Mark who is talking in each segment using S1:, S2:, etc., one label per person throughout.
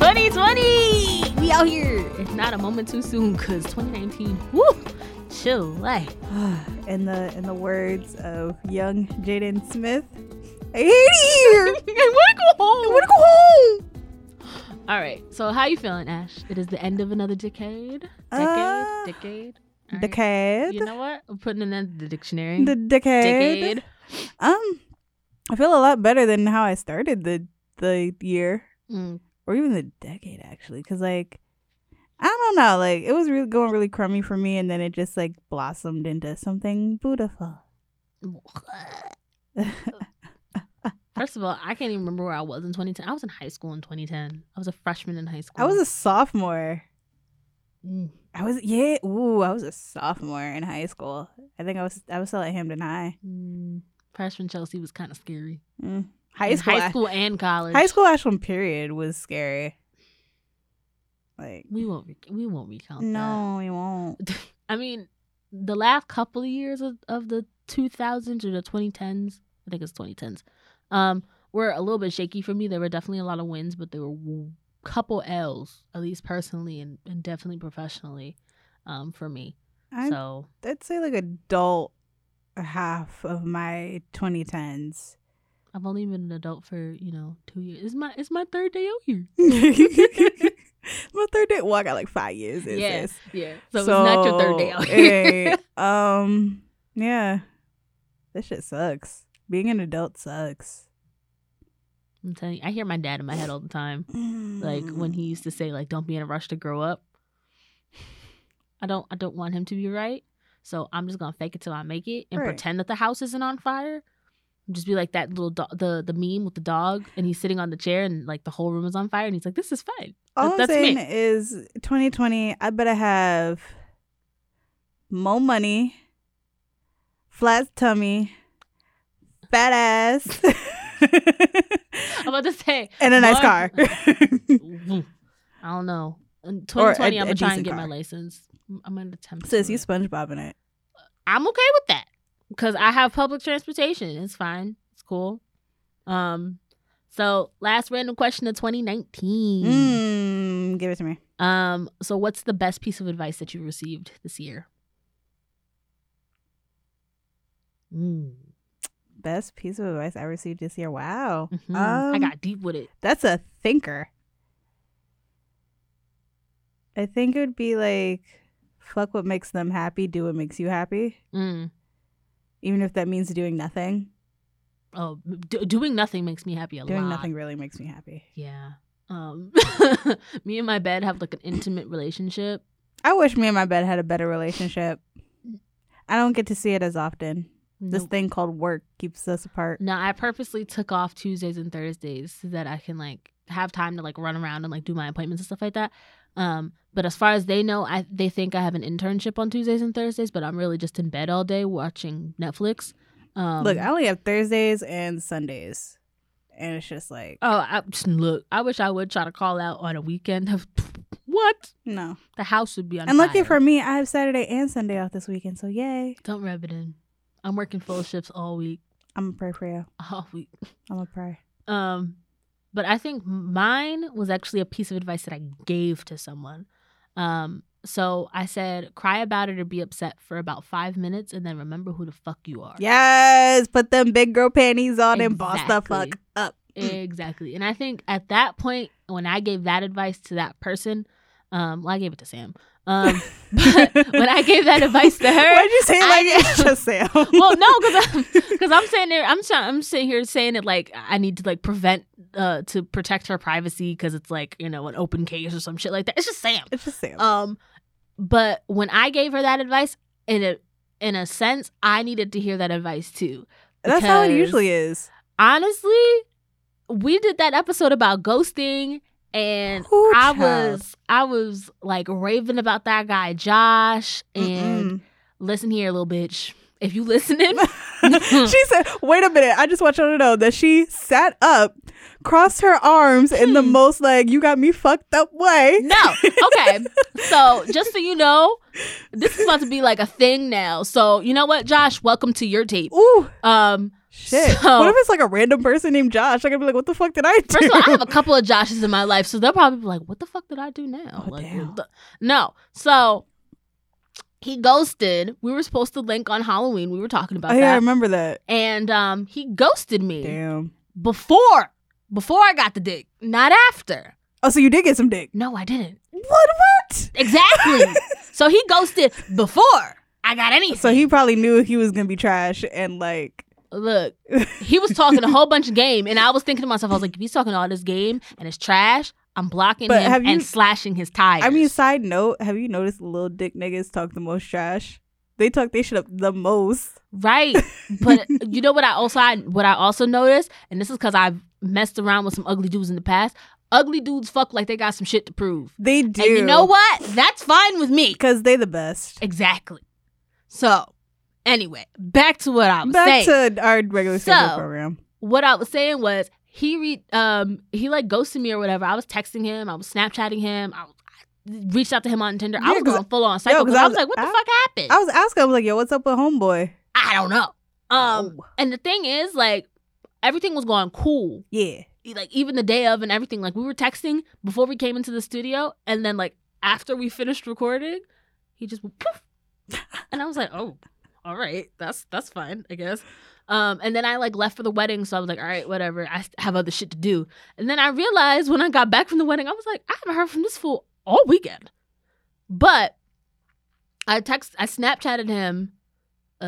S1: 2020, we out here. It's not a moment too soon because 2019, woo, chill, like.
S2: in the in the words of young Jaden Smith, I hate it here.
S1: I want to go home.
S2: I want to go home.
S1: All right. So how you feeling, Ash? It is the end of another decade. Decade.
S2: Uh,
S1: decade. All right.
S2: Decade.
S1: You know what? I'm putting an end to the dictionary.
S2: the decade.
S1: decade.
S2: Um, I feel a lot better than how I started the the year
S1: Mm.
S2: or even the decade actually, because like. I don't know, like it was really going really crummy for me, and then it just like blossomed into something beautiful.
S1: First of all, I can't even remember where I was in 2010. I was in high school in 2010. I was a freshman in high school.
S2: I was a sophomore.
S1: Mm.
S2: I was yeah, ooh, I was a sophomore in high school. I think I was I was still at Hampton High.
S1: Mm. freshman Chelsea was kind of scary.
S2: Mm. High
S1: In
S2: school,
S1: high school and college.
S2: high school Ashland period was scary. Like
S1: We won't. Re- we won't recount.
S2: no, we won't.
S1: That. I mean, the last couple of years of, of the 2000s or the 2010s. I think it's 2010s. Um, were a little bit shaky for me. There were definitely a lot of wins, but there were w- couple L's, at least personally and, and definitely professionally, um, for me.
S2: I,
S1: so
S2: I'd say like adult half of my 2010s.
S1: I've only been an adult for you know two years. It's my it's my third day out here.
S2: my third day. Well, I got like five years. in
S1: Yeah.
S2: sis.
S1: Yeah, so, it's not your third day out
S2: So,
S1: here.
S2: hey, um, yeah, this shit sucks. Being an adult sucks.
S1: I'm telling you, I hear my dad in my head all the time. like when
S2: Mm-hmm.
S1: he used to say like don't be in a rush to grow up i don't i don't want him to be right so i'm just gonna fake it till i make it and
S2: Right.
S1: pretend that the house isn't on fire just be like that little do- the the meme with the dog and he's sitting on the chair and like the whole room is on fire and he's like this is fun
S2: all
S1: that-
S2: I'm
S1: that's
S2: saying
S1: me.
S2: is 2020. I better have more money, flat tummy, fat ass,
S1: i'm about to say
S2: and a nice
S1: More-
S2: car.
S1: i don't know in
S2: Or a-
S1: 2020 i i'm gonna
S2: a
S1: try and
S2: decent
S1: get my
S2: car.
S1: license i'm gonna attempt
S2: Sis,
S1: to.
S2: you SpongeBob in it.
S1: I'm okay with that because I have public transportation. It's fine. It's cool. Um, so last random question of 2019.
S2: Mm, give it to me.
S1: Um, so what's the best piece of advice that you received this year? Mm.
S2: Best piece of advice I received this year. Wow.
S1: Mhm. I
S2: Um,
S1: got deep with it.
S2: That's a thinker. I think it would be like, fuck what makes them happy, do what makes you happy,
S1: Mm.
S2: even if that means doing nothing.
S1: Oh, do- doing nothing makes me happy a
S2: doing
S1: lot.
S2: nothing really makes me happy.
S1: Yeah. Um, me and my bed have like an intimate relationship.
S2: I wish me and my bed had a better relationship. I don't get to see it as often. This
S1: Nope.
S2: thing called work keeps us apart.
S1: No, I purposely took off Tuesdays and Thursdays so that I can like have time to like run around and like do my appointments and stuff like that. Um, but as far as they know, I they think I have an internship on Tuesdays and Thursdays, but I'm really just in bed all day watching Netflix. Um,
S2: Look, I only have Thursdays and Sundays. And it's just like,
S1: oh, I, look, I wish I would try to call out on a weekend. what
S2: no.
S1: the house would be on.
S2: And lucky
S1: fire.
S2: for me, I have Saturday and Sunday off this weekend. So yay.
S1: don't rub it in. I'm working full shifts all week,
S2: I'm a pray for you.
S1: all week.
S2: I'm a pray.
S1: Um, but I think mine was actually a piece of advice that I gave to someone. Um, so I said, cry about it or be upset for about five minutes and then remember who the fuck you are.
S2: Yes, put them big girl panties on and boss the
S1: Exactly.
S2: fuck up.
S1: E-, Exactly. And I think at that point, when I gave that advice to that person, um, well, I gave it to Sam. Um, but when I gave that advice to her,
S2: why'd you say it
S1: I-
S2: like it's just Sam?
S1: well, no, because I'm because I'm saying there, I'm trying, I'm sitting here saying it like I need to like prevent uh to protect her privacy because it's like you know an open case or some shit like that. It's just Sam.
S2: it's just Sam.
S1: Um, but when I gave her that advice, in a in a sense, I needed to hear that advice too.
S2: That's how it
S1: because-
S2: usually is.
S1: Honestly, we did that episode about ghosting, and
S2: Ooh,
S1: I
S2: child.
S1: was I was like raving about that guy Josh. And listen here, little bitch, if you listening.
S2: Mm-mm. she said, "Wait a minute! I just want y'all to know that she sat up, crossed her arms in the
S1: Hmm.
S2: most like you got me fucked up way."
S1: No. Okay. so just so you know, this is about to be like a thing now. So you know what, Josh? Welcome to your tape.
S2: Ooh,
S1: Um,
S2: Shit.
S1: So-
S2: what if it's like a random person named Josh? I could be like, what the fuck did I do?
S1: First of all, I have a couple of Joshes in my life, so they'll probably be like, "What the fuck did I do now?"
S2: Oh,
S1: like,
S2: damn.
S1: the- no. So he ghosted. We were supposed to link on Halloween. We were talking about
S2: oh, yeah, I
S1: that,
S2: remember that.
S1: and um, he ghosted me
S2: Damn.
S1: before before I got the dick, not after.
S2: Oh, so you did get some dick.
S1: No, I didn't.
S2: What? What?
S1: Exactly. so he ghosted before I got anything.
S2: So he probably knew he was gonna be trash and like
S1: look, he was talking a whole bunch of game, and I was thinking to myself, I was like, if he's talking all this game and it's trash, I'm blocking
S2: But
S1: him
S2: have you-
S1: and slashing his tires.
S2: I mean, side note, have you noticed little dick niggas talk the most trash? They talk they shit up the most.
S1: right? But you know what I also I, what I also noticed, and this is because I've messed around with some ugly dudes in the past. Ugly dudes fuck like they got some shit to prove,
S2: They do.
S1: and you know what? That's fine with me.
S2: Because they the best.
S1: Exactly. So, anyway, back to what I was
S2: Back
S1: saying.
S2: to our regular schedule
S1: So-
S2: program.
S1: what I was saying was he re- um he like ghosted me or whatever. I was texting him, I was Snapchatting him, I, was, I reached out to him on Tinder.
S2: Yeah,
S1: I was
S2: 'cause-
S1: going full on psycho
S2: 'cause
S1: because
S2: I
S1: I
S2: was-
S1: was like, what the
S2: I-
S1: fuck happened?
S2: I was asking, I was like, yo, what's up with homeboy?
S1: I don't know. Um,
S2: Oh,
S1: and the thing is, like, everything was going cool.
S2: yeah.
S1: e, Like even the day of and everything. Like we were texting before we came into the studio, and then like after we finished recording, he just went poof, and I was like, oh, all right, that's that's fine, I guess. Um, and then I like left for the wedding, so I was like, all right, whatever. I have other shit to do. And then I realized when I got back from the wedding, I was like, I haven't heard from this fool all weekend. But I text, I Snapchatted him uh,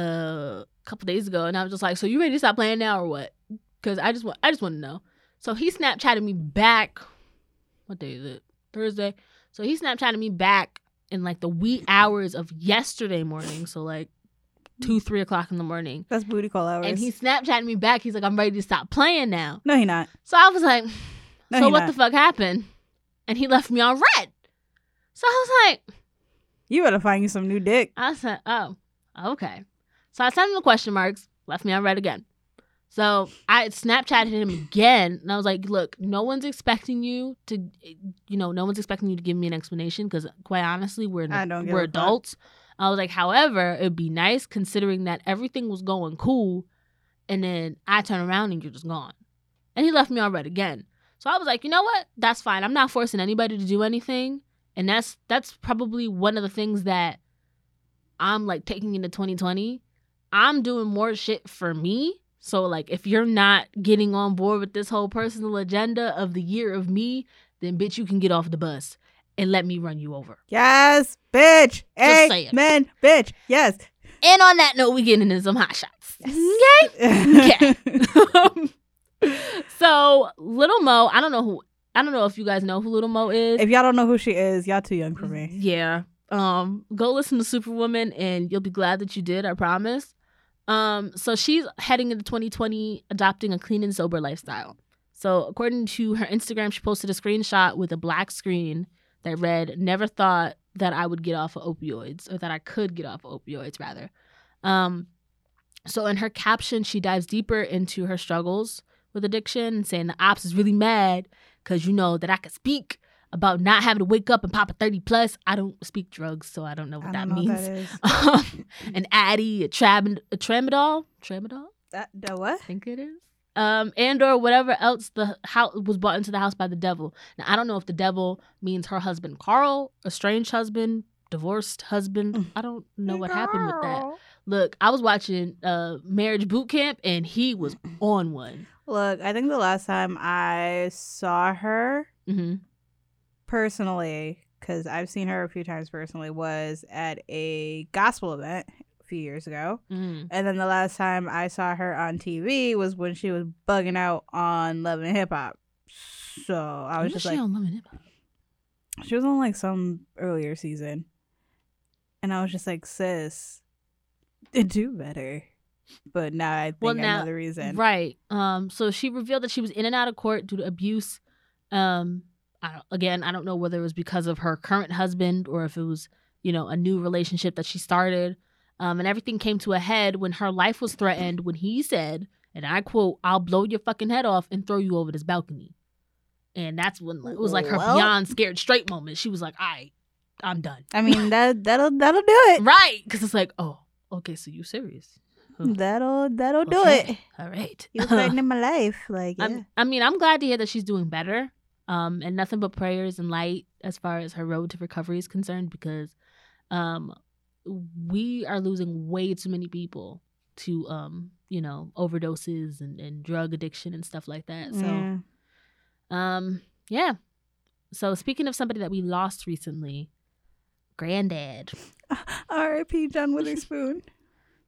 S1: a couple days ago, and I was just like, "So you ready to stop playing now or what?" Because I just want, I just want to know. So he Snapchatted me back. What day is it? Thursday. So he Snapchatted me back in like the wee hours of yesterday morning. So like two, three o'clock in the morning.
S2: That's booty call hours.
S1: And he Snapchatted me back. He's like, I'm ready to stop playing now.
S2: no, he not.
S1: So I was like,
S2: No,
S1: so
S2: he
S1: what
S2: not.
S1: the fuck happened? And he left me on red. So I was like,
S2: You better find you some new dick.
S1: I said, oh, okay. So I sent him the question marks, left me on red again. So I Snapchatted him again, and I was like, look, no one's expecting you to, you know, no one's expecting you to give me an explanation because, quite honestly, we're,
S2: I don't give
S1: we're
S2: a fuck.
S1: adults. I was like, however, it'd be nice considering that everything was going cool, and then I turn around and you're just gone. And he left me on red again. So I was like, you know what? That's fine. I'm not forcing anybody to do anything. And that's that's probably one of the things that I'm like taking into 2020. I'm doing more shit for me. So like if you're not getting on board with this whole personal agenda of the year of me, then bitch, you can get off the bus and let me run you over.
S2: Yes, bitch.
S1: Just
S2: Amen,
S1: saying.
S2: bitch. Yes.
S1: And on that note, we getting into some hot shots.
S2: Okay.
S1: so Little Mo, I don't know who I don't know if you guys know who Little Mo is.
S2: if y'all don't know who she is, y'all too young for me.
S1: Yeah. Um, go listen to Superwoman and you'll be glad that you did, I promise. Um, so she's heading into 2020 adopting a clean and sober lifestyle. So according to her Instagram, she posted a screenshot with a black screen that read, Never thought that I would get off of opioids, or that I could get off of opioids rather. Um, so in her caption, she dives deeper into her struggles with addiction, saying the ops is really mad because you know that I could speak about not having to wake up and pop a 30 plus. I don't speak drugs, so I don't know
S2: I
S1: what that
S2: don't know
S1: means.
S2: what that is.
S1: Um, an Addy, a, trab- a Tramadol, Tramadol,
S2: That, the what?
S1: I think it is, um, and or whatever else the house was brought into the house by the devil. Now I don't know if the devil means her husband Carl, estranged husband, divorced
S2: Mm.
S1: husband. I don't know what happened with that. Look, I was watching uh, Marriage Boot Camp, and he was
S2: Mm-hmm.
S1: on one.
S2: Look, I think the last time I saw her
S1: hmm
S2: personally, because I've seen her a few times personally, was at a gospel event a few years ago.
S1: hmm
S2: And then the last time I saw her on TV was when she was bugging out on Love and Hip Hop. So I was just
S1: she
S2: like,
S1: on Love and Hip Hop?
S2: she was on like some earlier season. And I was just like, sis, do better. But now I think
S1: Well,
S2: I
S1: now-
S2: know the reason.
S1: Right. Um. So she revealed that she was in and out of court due to abuse. Um. I don't, again, I don't know whether it was because of her current husband or if it was, you know, a new relationship that she started. Um. And everything came to a head when her life was threatened when he said, and I quote, "I'll blow your fucking head off and throw you over this balcony." And that's when like, it was like her
S2: Well-
S1: beyond scared straight moment. She was like, "I, I'm done."
S2: I mean that that'll that'll do it.
S1: Right? Because it's like, oh, okay, so you serious?
S2: That'll that'll do
S1: Okay.
S2: it.
S1: All right.
S2: You're threatening my life. Like yeah.
S1: I'm- I mean, I'm glad to hear that she's doing better. Um, and nothing but prayers and light as far as her road to recovery is concerned, because um, we are losing way too many people to um, you know, overdoses and, and drug addiction and stuff like that. So
S2: Yeah.
S1: um, yeah. So speaking of somebody that we lost recently, granddad.
S2: R.I.P. John Witherspoon.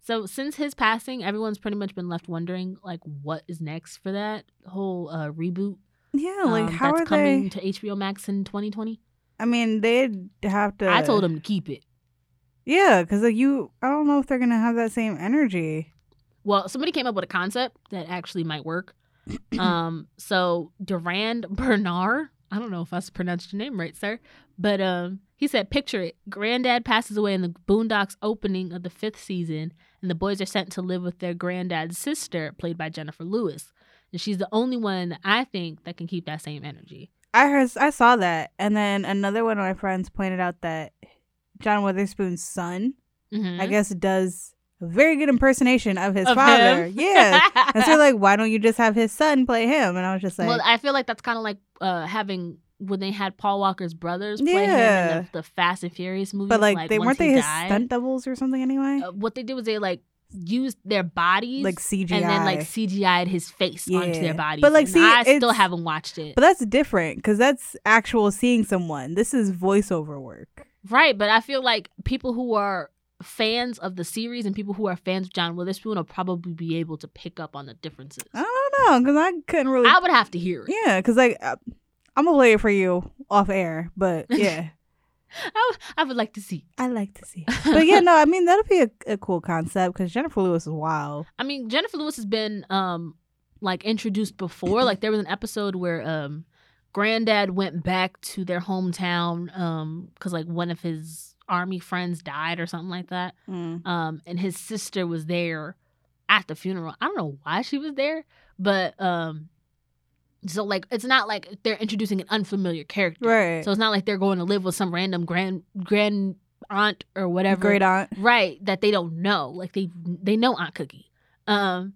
S1: So since his passing, everyone's pretty much been left wondering like what is next for that whole uh, reboot
S2: yeah, like
S1: um,
S2: how
S1: that's
S2: are
S1: coming
S2: they?
S1: to HBO Max in 2020.
S2: I mean, they'd have to.
S1: I told him to keep it.
S2: Yeah, because like you, I don't know if they're gonna have that same energy.
S1: Well, somebody came up with a concept that actually might work. um, so Durand Bernard, I don't know if I s- pronounced your name right, sir, but um, he said, "Picture it: Granddad passes away in the Boondocks opening of the fifth season, and the boys are sent to live with their granddad's sister, played by Jennifer Lewis, and she's the only one I think that can keep that same energy."
S2: I heard, I saw that, and then another one of my friends pointed out that John Witherspoon's son,
S1: Mm-hmm.
S2: I guess, doess a very good impersonation of his
S1: Of
S2: father.
S1: him.
S2: Yeah, and so like, why don't you just have his son play him? And I was just like,
S1: well, I feel like that's kind of like uh, having when they had Paul Walker's brothers play him
S2: Yeah.
S1: in the, the Fast and Furious movies.
S2: but like, they
S1: once
S2: weren't
S1: he
S2: they his
S1: died,
S2: stunt doubles or something anyway?
S1: uh, what they did was they like used their bodies
S2: like CGI.
S1: and then like CGI'd his face onto
S2: Yeah.
S1: their bodies.
S2: But, like,
S1: And
S2: see,
S1: I still
S2: it's-
S1: haven't watched it.
S2: but that's different because that's actual seeing someone. This is voiceover work.
S1: right, but I feel like people who are fans of the series and people who are fans of John Witherspoon will probably be able to pick up on the differences.
S2: I don't know because I couldn't really.
S1: I would have to hear it.
S2: Yeah, because like I, I'm gonna play it for you off air, but yeah,
S1: I would, I would like to see.
S2: I like to see. But yeah, no, I mean that'll be a, a cool concept because Jennifer Lewis is wild.
S1: I mean, Jennifer Lewis has been um like introduced before. like there was an episode where um granddad went back to their hometown um cuz like one of his army friends died or something like that. Um and his sister was there at the funeral. I don't know why she was there, but um so like it's not like they're introducing an unfamiliar character.
S2: Right,
S1: So it's not like they're going to live with some random grand grand aunt or whatever
S2: great aunt.
S1: right that they don't know like they they know aunt cookie um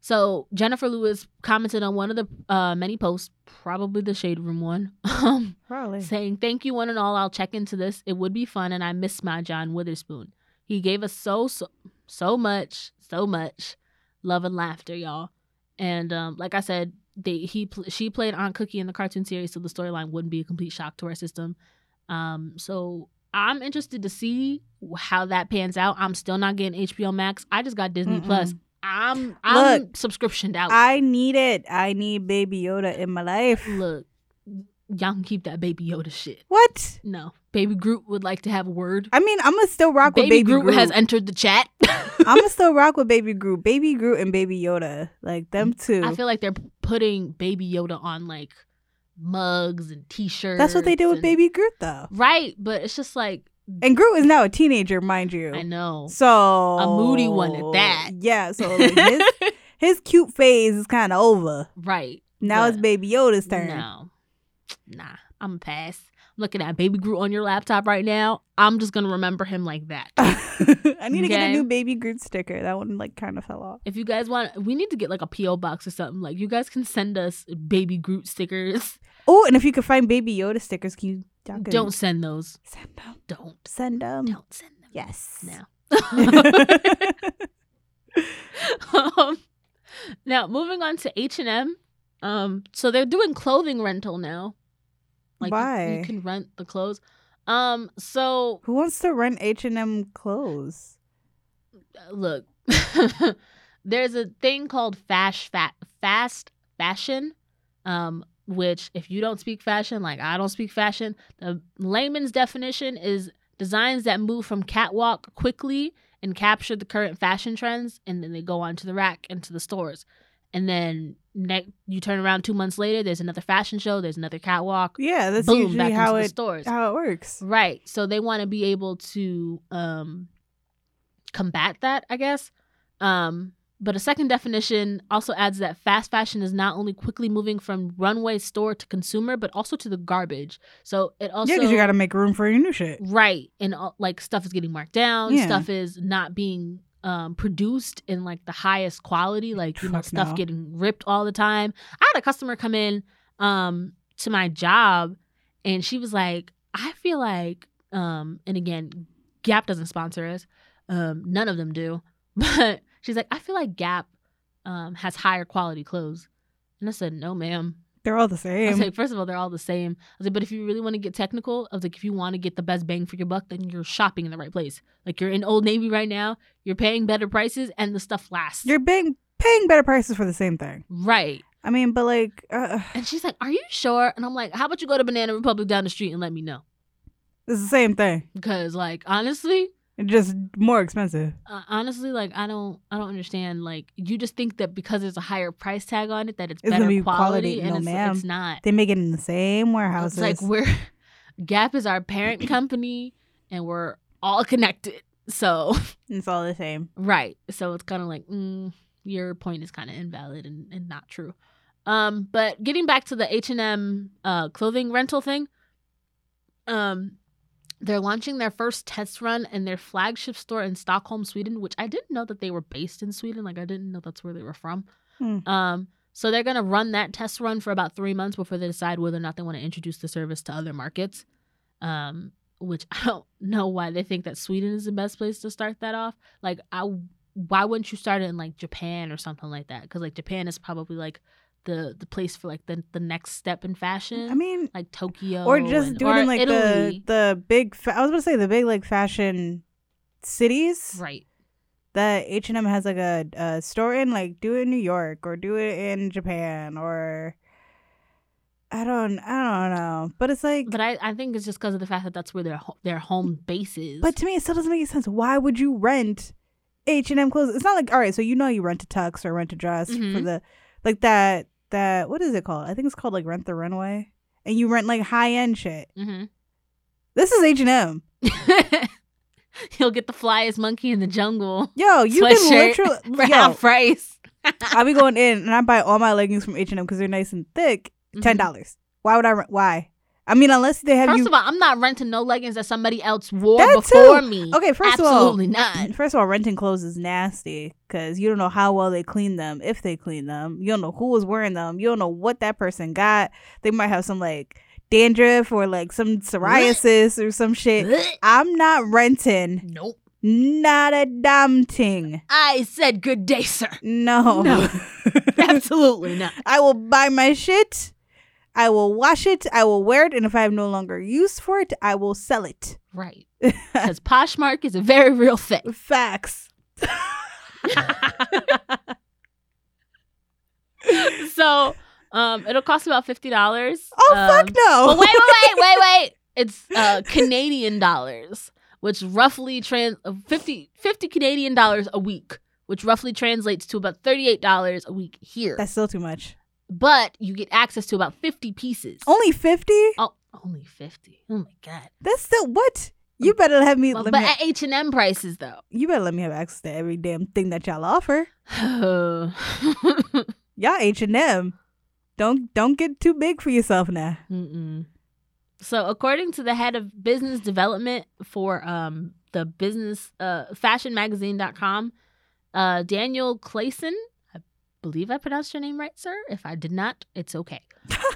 S1: so jennifer lewis commented on one of the uh many posts probably the shade room one um
S2: Probably.
S1: saying thank you one and all i'll check into this it would be fun and i miss my john witherspoon he gave us so so so much so much love and laughter y'all and um like i said they he pl- she played aunt cookie in the cartoon series so the storyline wouldn't be a complete shock to our system um, so I'm interested to see how that pans out. I'm still not getting HBO Max. I just got Disney
S2: Mm-mm.
S1: Plus. Oh. I'm I'm
S2: Look,
S1: subscriptioned out.
S2: I need it. I need Baby Yoda in my life.
S1: Look, y'all can keep that Baby Yoda shit.
S2: What?
S1: No, Baby Groot would like to have a word.
S2: I mean, I'm gonna still rock
S1: Baby,
S2: with Baby
S1: Groot,
S2: Groot.
S1: has entered the chat.
S2: I'm gonna still rock with Baby Groot, Baby Groot, and Baby Yoda, like them two.
S1: Mm. I feel like they're putting Baby Yoda on like mugs and T-shirts.
S2: That's what they did with
S1: and-
S2: Baby Groot, though.
S1: Right, but it's just like
S2: And Groot is now a teenager, mind you.
S1: I know.
S2: So a
S1: moody one at that.
S2: Yeah. So like, his his cute phase is kind of over.
S1: right.
S2: Now it's
S1: But-
S2: Baby Yoda's turn.
S1: No. Nah, I'm a pass. I'm looking at Baby Groot on your laptop right now. I'm just gonna remember him like that.
S2: I need to get
S1: Okay.
S2: a new Baby Groot sticker. That one like kind of fell off.
S1: If you guys want, we need to get like a PO box or something. Like you guys can send us Baby Groot stickers.
S2: Oh, and if you could find Baby Yoda stickers, can you y'all can
S1: Don't send those.
S2: send them?
S1: Don't.
S2: Send them.
S1: Don't send them.
S2: Yes.
S1: No. um, now moving on to H and M. Um, so they're doing clothing rental now. Like you- You,
S2: Why?
S1: can rent the clothes. Um, so
S2: Who wants to rent H and M clothes?
S1: Uh, look, there's a thing called fast fat fast fashion, um, which if you don't speak fashion, like I don't speak fashion, the layman's definition is designs that move from catwalk quickly and capture the current fashion trends, and then they go onto the rack and to the stores, and then ne- you turn around two months later, there's another fashion show, there's another catwalk,
S2: Yeah, that's
S1: boom, back
S2: usually
S1: into
S2: how
S1: the Mm,
S2: it
S1: stores.
S2: how it works.
S1: Right. So they want to be able to um combat that, I guess. Um but a second definition also adds that fast fashion is not only quickly moving from runway store to consumer, but also to the garbage. So it also
S2: Yeah, because you got to make room for your new shit.
S1: right and all, like stuff is getting marked down,
S2: Yeah.
S1: stuff is not being um, produced in like the highest quality, like you know
S2: Fuck
S1: stuff
S2: no.
S1: getting ripped all the time. I had a customer come in um, to my job, and she was like, "I feel like," um, and again, Gap doesn't sponsor us. Um, none of them do, but she's like, "I feel like Gap um, has higher quality clothes," and I said, "No, ma'am."
S2: They're all the
S1: I was
S2: same.
S1: like, first of all, they're all the same. I was like, but if you really want to get technical, I was like, if you want to get the best bang for your buck, then you're shopping in the right place. Like you're in Old Navy right now, you're paying better prices, and the stuff lasts.
S2: You're paying paying better prices for the same thing.
S1: right.
S2: I mean, but like, uh,
S1: And she's like, Are you sure? And I'm like, How about you go to Banana Republic down the street and let me know?
S2: it's the same thing.
S1: Because like honestly,
S2: It's just more expensive.
S1: uh, honestly, like I don't, I don't understand. Like you just think that because there's a higher price tag on it that it's,
S2: It's gonna
S1: better
S2: be
S1: quality,
S2: quality.
S1: and
S2: No,
S1: it's,
S2: ma'am.
S1: it's not.
S2: They make it in the same warehouses.
S1: It's like we're Gap is our parent company and we're all connected. So
S2: it's all the same.
S1: right. So it's kind of like mm, your point is kind of invalid and, and not true. Um, but getting back to the H and M uh, clothing rental thing, um, they're launching their first test run in their flagship store in Stockholm, Sweden, which I didn't know that they were based in Sweden. Like I didn't know that's where they were from.
S2: Hmm.
S1: Um, so they're gonna run that test run for about three months before they decide whether or not they want to introduce the service to other markets. Um, which I don't know why they think that Sweden is the best place to start that off. Like I. Why wouldn't you start it in like Japan or something like that? Because like Japan is probably like the the place for like the the next step in fashion.
S2: I mean,
S1: like Tokyo,
S2: or just
S1: Mm. Oh, and-
S2: do it
S1: or
S2: in like
S1: Italy.
S2: the the big. Fa- I was gonna say the big like fashion cities
S1: right,
S2: that H and M has like a, a store in. Like do it in New York or do it in Japan or I don't I don't know. But it's like,
S1: but I, I think it's just because of the fact that that's where their ho- their home base is.
S2: but to me it still doesn't make any sense. Why would you rent H and M clothes? It's not like all right. So you know you rent a tux or rent a dress for
S1: Mhm.
S2: the like that that what is it called? I think it's called like rent the runway. And you rent like high end shit.
S1: Mhm.
S2: This is H and M.
S1: you'll get the flyest monkey in the jungle
S2: Yo, Oh, you can
S1: Sweatshirt for
S2: literally. yo,
S1: half price.
S2: I'll be going in and I buy all my leggings from H and M because they're nice and thick. Ten dollars. Why would I? rent? Why? I mean, unless they have
S1: Mm-hmm. First
S2: you.
S1: of all, I'm not renting no leggings that somebody else wore
S2: That too.
S1: before me.
S2: okay, first
S1: absolutely
S2: of all,
S1: not.
S2: first of all, renting clothes is nasty because you don't know how well they clean them, if they clean them. You don't know who was wearing them. You don't know what that person got. They might have some like dandruff or like some psoriasis or some shit.
S1: Blech.
S2: I'm not renting.
S1: Nope.
S2: Not a damn thing.
S1: I said good day, sir.
S2: No.
S1: No. Absolutely not.
S2: I will buy my shit. I will wash it. I will wear it. And if I have no longer use for it, I will sell it.
S1: Right. Because Poshmark is a very real thing.
S2: Facts.
S1: so um it'll cost about fifty dollars. Um,
S2: Oh, fuck no.
S1: But wait, wait, wait, wait, wait. It's uh Canadian dollars, which roughly trans uh, 50, 50 Canadian dollars a week, which roughly translates to about thirty eight dollars a week here.
S2: That's still too much.
S1: but you get access to about fifty pieces.
S2: Only 50?
S1: Oh, only fifty. Oh my god.
S2: That's still what? You better let me,
S1: Well,
S2: let
S1: but
S2: me
S1: at H and M prices though.
S2: you better let me have access to every damn thing that y'all offer. Y'all H and M. Don't don't get too big for yourself now.
S1: Mm-mm. So, according to the head of business development for um, the business uh, fashionmagazine.com, uh, Daniel Clayson, I believe I pronounced your name right, sir. If I did not, it's okay.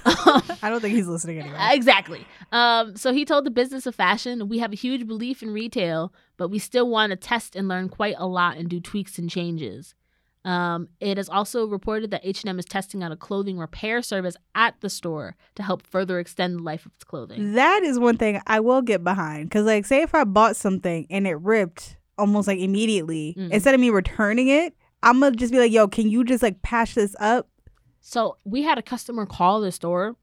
S1: Um,
S2: I don't think he's listening anyway.
S1: Uh, Exactly. Um, so he told the business of fashion, we have a huge belief in retail, but we still want to test and learn quite a lot and do tweaks and changes. Um, it is also reported that H&M is testing out a clothing repair service at the store to help further extend the life of its clothing.
S2: That is one thing I will get behind. Cause like say if I bought something and it ripped almost like immediately,
S1: Mm.
S2: instead of me returning it, I'm gonna just be like, yo, can you just like patch this up?
S1: So we had a customer call the store,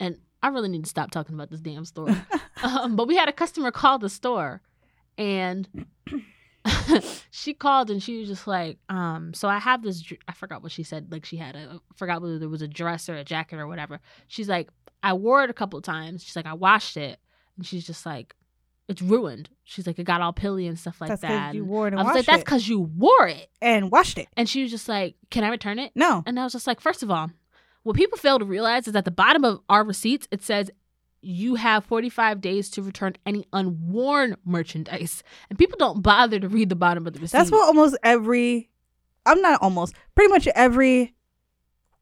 S1: and I really need to stop talking about this damn store. um, but we had a customer call the store, and she called and she was just like, um, "So I have this. dr- I forgot what she said. Like she had a I forgot whether there was a dress or a jacket or whatever. She's like, I wore it a couple of times. She's like, I washed it, and she's just like, it's ruined. She's like, it got all pilly and stuff like
S2: that's
S1: that.
S2: because you wore it
S1: I
S2: and
S1: was
S2: washed
S1: like, that's
S2: it.
S1: because you wore it.
S2: And washed it.
S1: And she was just like, Can I return it?
S2: No.
S1: And I was just like, first of all, what people fail to realize is that the bottom of our receipts it says you have 45 days to return any unworn merchandise. And people don't bother to read the bottom of the receipt.
S2: That's what almost every, I'm not almost, pretty much every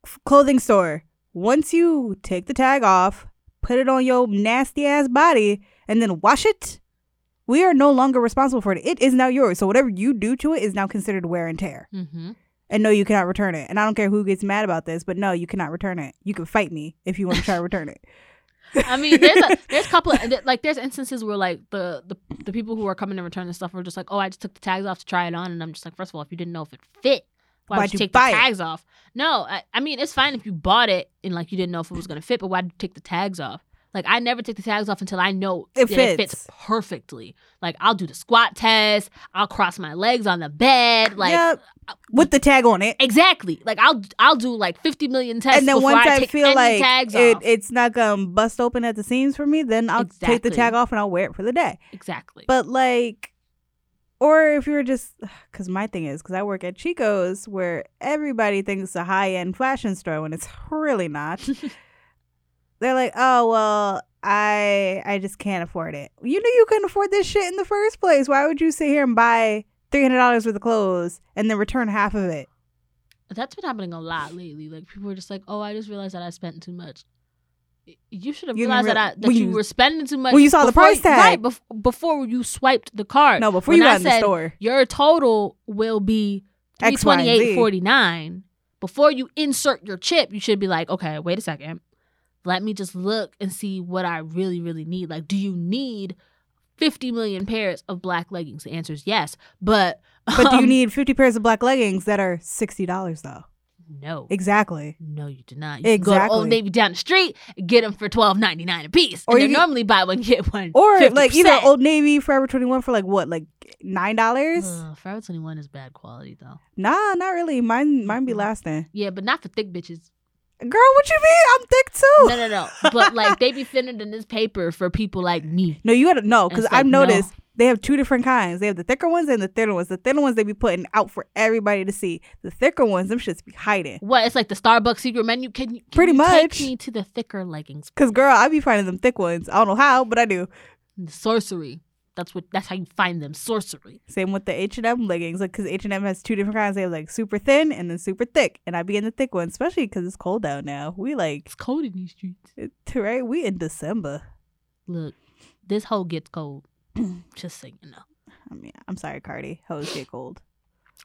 S2: f- clothing store. Once you take the tag off, put it on your nasty ass body, and then wash it, we are no longer responsible for it. It is now yours. So whatever you do to it is now considered wear and tear.
S1: Mm-hmm.
S2: And no, you cannot return it. And I don't care who gets mad about this, but no, you cannot return it. You can fight me if you want to try to return it.
S1: I mean, there's a there's a couple of, th- like there's instances where like the, the the people who are coming to return this stuff are just like, oh, I just took the tags off to try it on, and I'm just like, first of all, if you didn't know if it fit, why
S2: Why'd
S1: would you
S2: you
S1: take the
S2: buy it?
S1: tags off? No, I, I mean it's fine if you bought it and like you didn't know if it was gonna fit, but why'd you take the tags off? Like I never take the tags off until I know
S2: It
S1: that it fits
S2: fits.
S1: perfectly. Like I'll do the squat test, I'll cross my legs on the bed, like
S2: Yep. With the tag on it.
S1: exactly. Like I'll I'll do like fifty million tests.
S2: and then
S1: before
S2: once
S1: I,
S2: I,
S1: take
S2: feel
S1: any
S2: like
S1: tags
S2: it,
S1: off.
S2: it's not gonna bust open at the seams for me, then I'll take the
S1: Exactly.
S2: tag off and I'll wear it for the day.
S1: exactly.
S2: But like, or if you're just, because my thing is, because I work at Chico's where everybody thinks it's a high end fashion store when it's really not. They're like, oh well, I I just can't afford it. You knew you couldn't afford this shit in the first place. Why would you sit here and buy three hundred dollars worth of clothes and then return half of it?
S1: That's been happening a lot lately. Like people are just like, "Oh, I just realized that I spent too much." Y- You should have
S2: You didn't
S1: realized that
S2: real-
S1: I, that
S2: when
S1: you
S2: you-
S1: were spending too much
S2: when you saw the
S1: before-
S2: price tag.
S1: right? Bef- before you swiped the card.
S2: No, before
S1: When
S2: you
S1: I
S2: got in the
S1: said,
S2: store.
S1: Your total will be three
S2: X, Y,
S1: twenty
S2: and
S1: eight
S2: Z.
S1: forty nine. Before you insert your chip, you should be like, "Okay, wait a second. Let me just look and see what I really, really need. Like, do you need fifty million pairs of black leggings?" The answer is yes, but
S2: But do you
S1: um,
S2: need 50 pairs of black leggings that are $60 though?
S1: no
S2: Exactly.
S1: No, you do not. You can go to Old
S2: Exactly.
S1: Navy down the street and get them for twelve ninety nine a piece.
S2: Or
S1: and they
S2: you-
S1: normally buy one get one.
S2: Or like either
S1: 50%.
S2: Old Navy Forever 21 for like what? Like $9?
S1: Ugh, Uh, Forever Twenty One is bad quality though.
S2: Nah, not really. Mine mine be lasting.
S1: Yeah, but not for thick bitches.
S2: Girl, what you mean? I'm thick too.
S1: No, no, no. but like they be thinner than this paper for people like me.
S2: No, you gotta no, because
S1: It's like,
S2: I've
S1: no.
S2: noticed they have two different kinds. They have the thicker ones and the thinner ones. The thinner ones they be putting out for everybody to see. The thicker ones, them shits be hiding.
S1: What? It's like the Starbucks secret menu. Can you can
S2: Pretty
S1: you
S2: much.
S1: take me to the thicker leggings?
S2: Cause girl, I be finding them thick ones. I don't know how, but I do.
S1: The sorcery. That's what. That's how you find them. Sorcery.
S2: Same with the H and M leggings, like because H and M has two different kinds. They have like super thin and then super thick, and I be in the thick one, especially because it's cold out now. We like
S1: It's cold in these streets.
S2: it- right, we in December.
S1: Look, this hole gets cold. Just so you know.
S2: I mean, I'm sorry, Cardi, hoes get cold.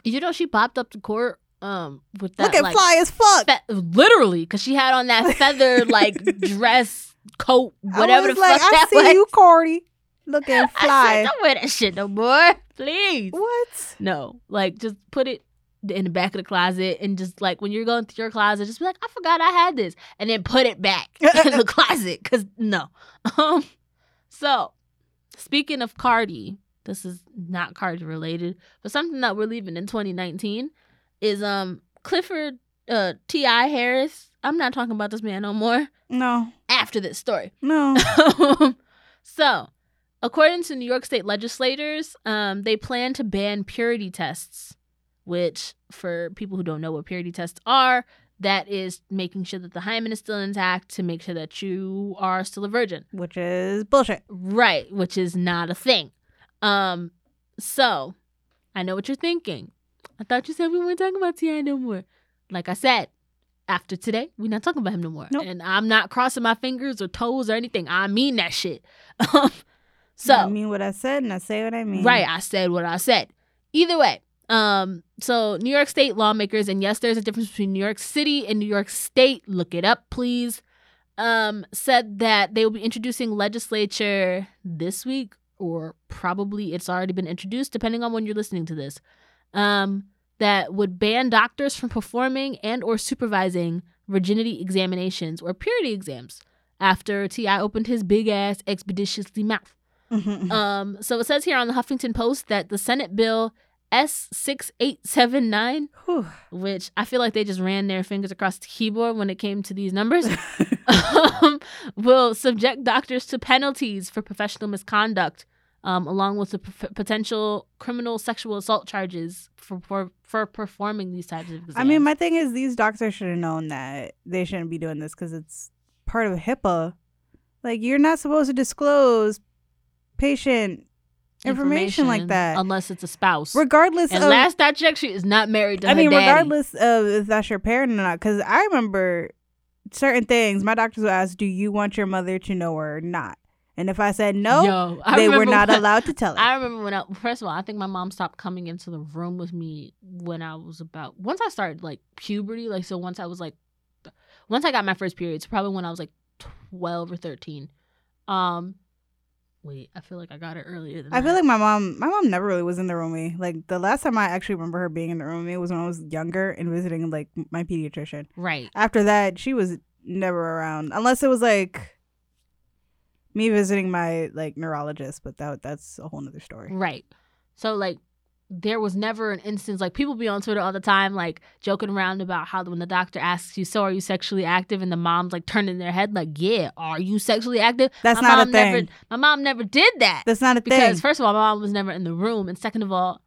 S1: You know she popped up to court um with that
S2: Look at
S1: like,
S2: fly as fuck.
S1: fe- literally because she had on that feather like dress coat
S2: I
S1: whatever the
S2: was like,
S1: fuck that
S2: I see
S1: was
S2: you, Cardi. Look at
S1: I said,
S2: fly.
S1: don't wear that shit no more please
S2: What?
S1: no like just put it in the back of the closet and just like when you're going through your closet just be like i forgot i had this and then put it back in the closet because no um so speaking of cardi this is not cardi related but something that we're leaving in 2019 is um clifford uh ti harris i'm not talking about this man no more
S2: No,
S1: after this story
S2: no.
S1: so, according to New York State legislators, um, they plan to ban purity tests, which, for people who don't know what purity tests are, that is making sure that the hymen is still intact to make sure that you are still a virgin.
S2: Which is bullshit.
S1: Right, which is not a thing. Um, so I know what you're thinking. I thought you said we weren't talking about Ti no more. Like I said, after today, we're not talking about him no more.
S2: Nope.
S1: And I'm not crossing my fingers or toes or anything. I mean that shit. Um, so
S2: I mean what I said, and I say what I mean.
S1: Right, I said what I said. Either way, um, so New York State lawmakers, and yes, there's a difference between New York City and New York State. Look it up, please. Um, said that they will be introducing legislature this week, or probably it's already been introduced, depending on when you're listening to this. Um, that would ban doctors from performing and or supervising virginity examinations or purity exams after Ti opened his big ass expeditiously mouth.
S2: Mhm.
S1: Um, so it says here on the Huffington Post that the Senate bill S six eight seven nine,
S2: Whew.
S1: which I feel like they just ran their fingers across the keyboard when it came to these numbers, um, will subject doctors to penalties for professional misconduct, um, along with the p- potential criminal sexual assault charges for for, for performing these types of exams.
S2: I mean, my thing is these doctors should have known that they shouldn't be doing this because it's part of HIPAA. Like you're not supposed to disclose patient information, like that.
S1: unless it's a spouse.
S2: regardless
S1: Um, and
S2: of
S1: last I checked, she is not married to
S2: I
S1: her
S2: mean,
S1: daddy.
S2: regardless of if that's your parent or not, because I remember certain things. My doctors would ask, "Do you want your mother to know or not?" And if I said no,
S1: Yo, I
S2: they were
S1: remember
S2: not
S1: when-
S2: allowed to tell it.
S1: I remember when I first of all, I think my mom stopped coming into the room with me when I was about once I started like puberty, like so once I was like once I got my first periods, probably when I was like twelve or thirteen. Um wait, I feel like I got it earlier than
S2: I feel
S1: that.
S2: like my mom, my mom never really was in the room with me. Like the last time I actually remember her being in the room with me was when I was younger and visiting like my pediatrician.
S1: Right.
S2: After that, she was never around unless it was like me visiting my like neurologist. But that that's a whole nother story.
S1: Right. So like there was never an instance like people be on Twitter all the time like joking around about how when the doctor asks you, so are you sexually active? And the mom's like turning their head like, yeah, are you sexually active?
S2: That's
S1: my
S2: not
S1: mom
S2: a thing.
S1: Never, my mom never did that
S2: that's not a
S1: because
S2: thing.
S1: first of all, my mom was never in the room, and second of all,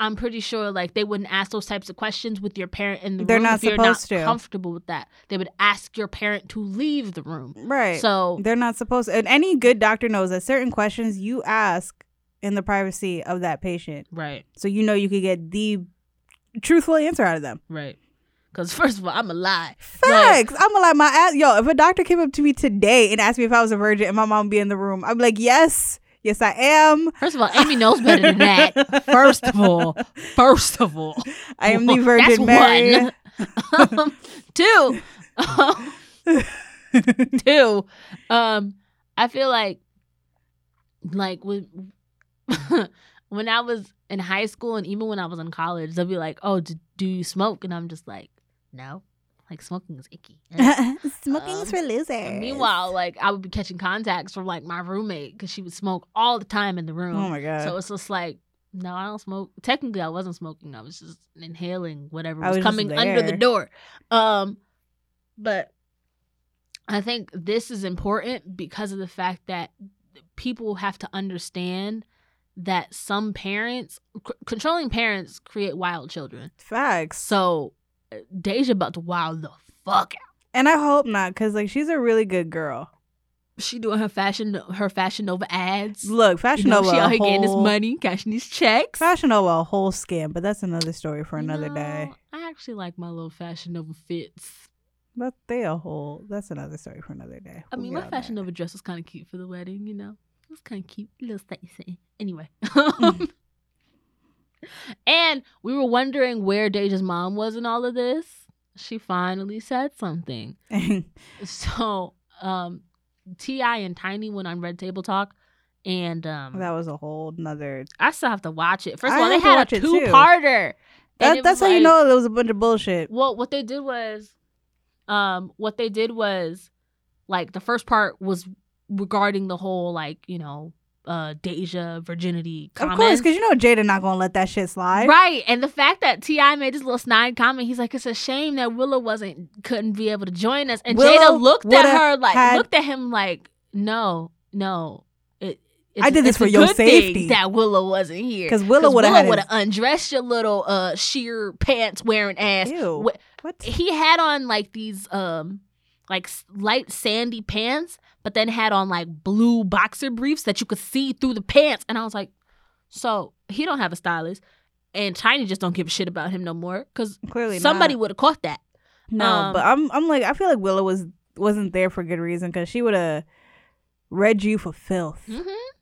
S1: I'm pretty sure like they wouldn't ask those types of questions with your parent in the
S2: They're
S1: room
S2: not
S1: if you're not
S2: supposed to.
S1: comfortable with that. They would ask your parent to leave the room.
S2: right.
S1: So
S2: They're not supposed to. And any good doctor knows that certain questions you ask in the privacy of that patient.
S1: right,
S2: So you know you could get the truthful answer out of them.
S1: right, because first of all, I'm a lie. Like,
S2: Facts. I'm like my ass. Yo, if a doctor came up to me today and asked me if I was a virgin and my mom be in the room, I'm like, yes, yes, I am.
S1: first of all, Amy knows better than that. First of all, first of all,
S2: I am the
S1: That's
S2: Virgin Mary.
S1: One. um, two, um, two. Um, I feel like, like when when I was in high school and even when I was in college, they'll be like, "Oh, do, do you smoke?" And I'm just like, "No." Like smoking is icky. Ugh.
S2: Smoking's for losers.
S1: And meanwhile, like I would be catching contacts from like my roommate because she would smoke all the time in the room.
S2: oh my god,
S1: So it's just like, no, I don't smoke. Technically, I wasn't smoking. I was just inhaling whatever
S2: I
S1: was,
S2: was just
S1: coming under the
S2: there.
S1: door. Um, but I think this is important because of the fact that people have to understand that some parents, c- controlling parents, create wild children.
S2: facts.
S1: So uh, Deja about to wild the fuck out.
S2: And I hope not, cause like she's a really good girl.
S1: She doing her fashion, her fashion over ads.
S2: Look, Fashion
S1: you know,
S2: Nova,
S1: she
S2: a
S1: out here getting this
S2: whole-
S1: money, cashing these checks.
S2: Fashion Nova, a whole scam, but that's another story for
S1: You
S2: another day.
S1: know, I actually like my little Fashion Nova fits.
S2: But they a whole. That's another story for another day.
S1: I
S2: We'll
S1: mean,
S2: get
S1: my
S2: on
S1: Fashion
S2: that.
S1: Nova dress was kind of cute for the wedding, you know? It was kind of cute. Little sexy. Anyway.
S2: Mm.
S1: and we were wondering where Deja's mom was in all of this. She finally said something. So, um, T.I. and Tiny went on Red Table Talk. And um,
S2: that was a whole nother.
S1: I still have to watch it. First
S2: I
S1: of all, they
S2: have to
S1: had
S2: watch
S1: a
S2: it too.
S1: two parter.
S2: That, that's how you know there was a bunch of bullshit.
S1: Well, what they did was, um, what they did was, like the first part was regarding the whole like you know, uh, Deja virginity
S2: Of
S1: comment.
S2: course, because you know Jada not gonna let that shit slide.
S1: Right, and the fact that Ti made this little snide comment, he's like, "It's a shame that Willow wasn't couldn't be able to join us." And
S2: Willow
S1: Jada looked
S2: would've
S1: at her like,
S2: had-
S1: looked at him like, "No, no, it, it's
S2: I
S1: a-
S2: did this
S1: it's a
S2: for your
S1: good thing
S2: safety."
S1: That Willow wasn't here
S2: Because Willow would have had.
S1: would have undressed your little uh sheer pants wearing ass.
S2: his- Ew.
S1: Wi-
S2: What?
S1: he had on like these um like s- light sandy pants but then had on like blue boxer briefs that you could see through the pants and i was like so he don't have a stylist and china just don't give a shit about him no more because
S2: Clearly,
S1: somebody
S2: Not.
S1: would have caught that
S2: No,
S1: um,
S2: but I'm. I'm like. I feel like Willow was wasn't there for good reason because she would have read you for filth
S1: mm-hmm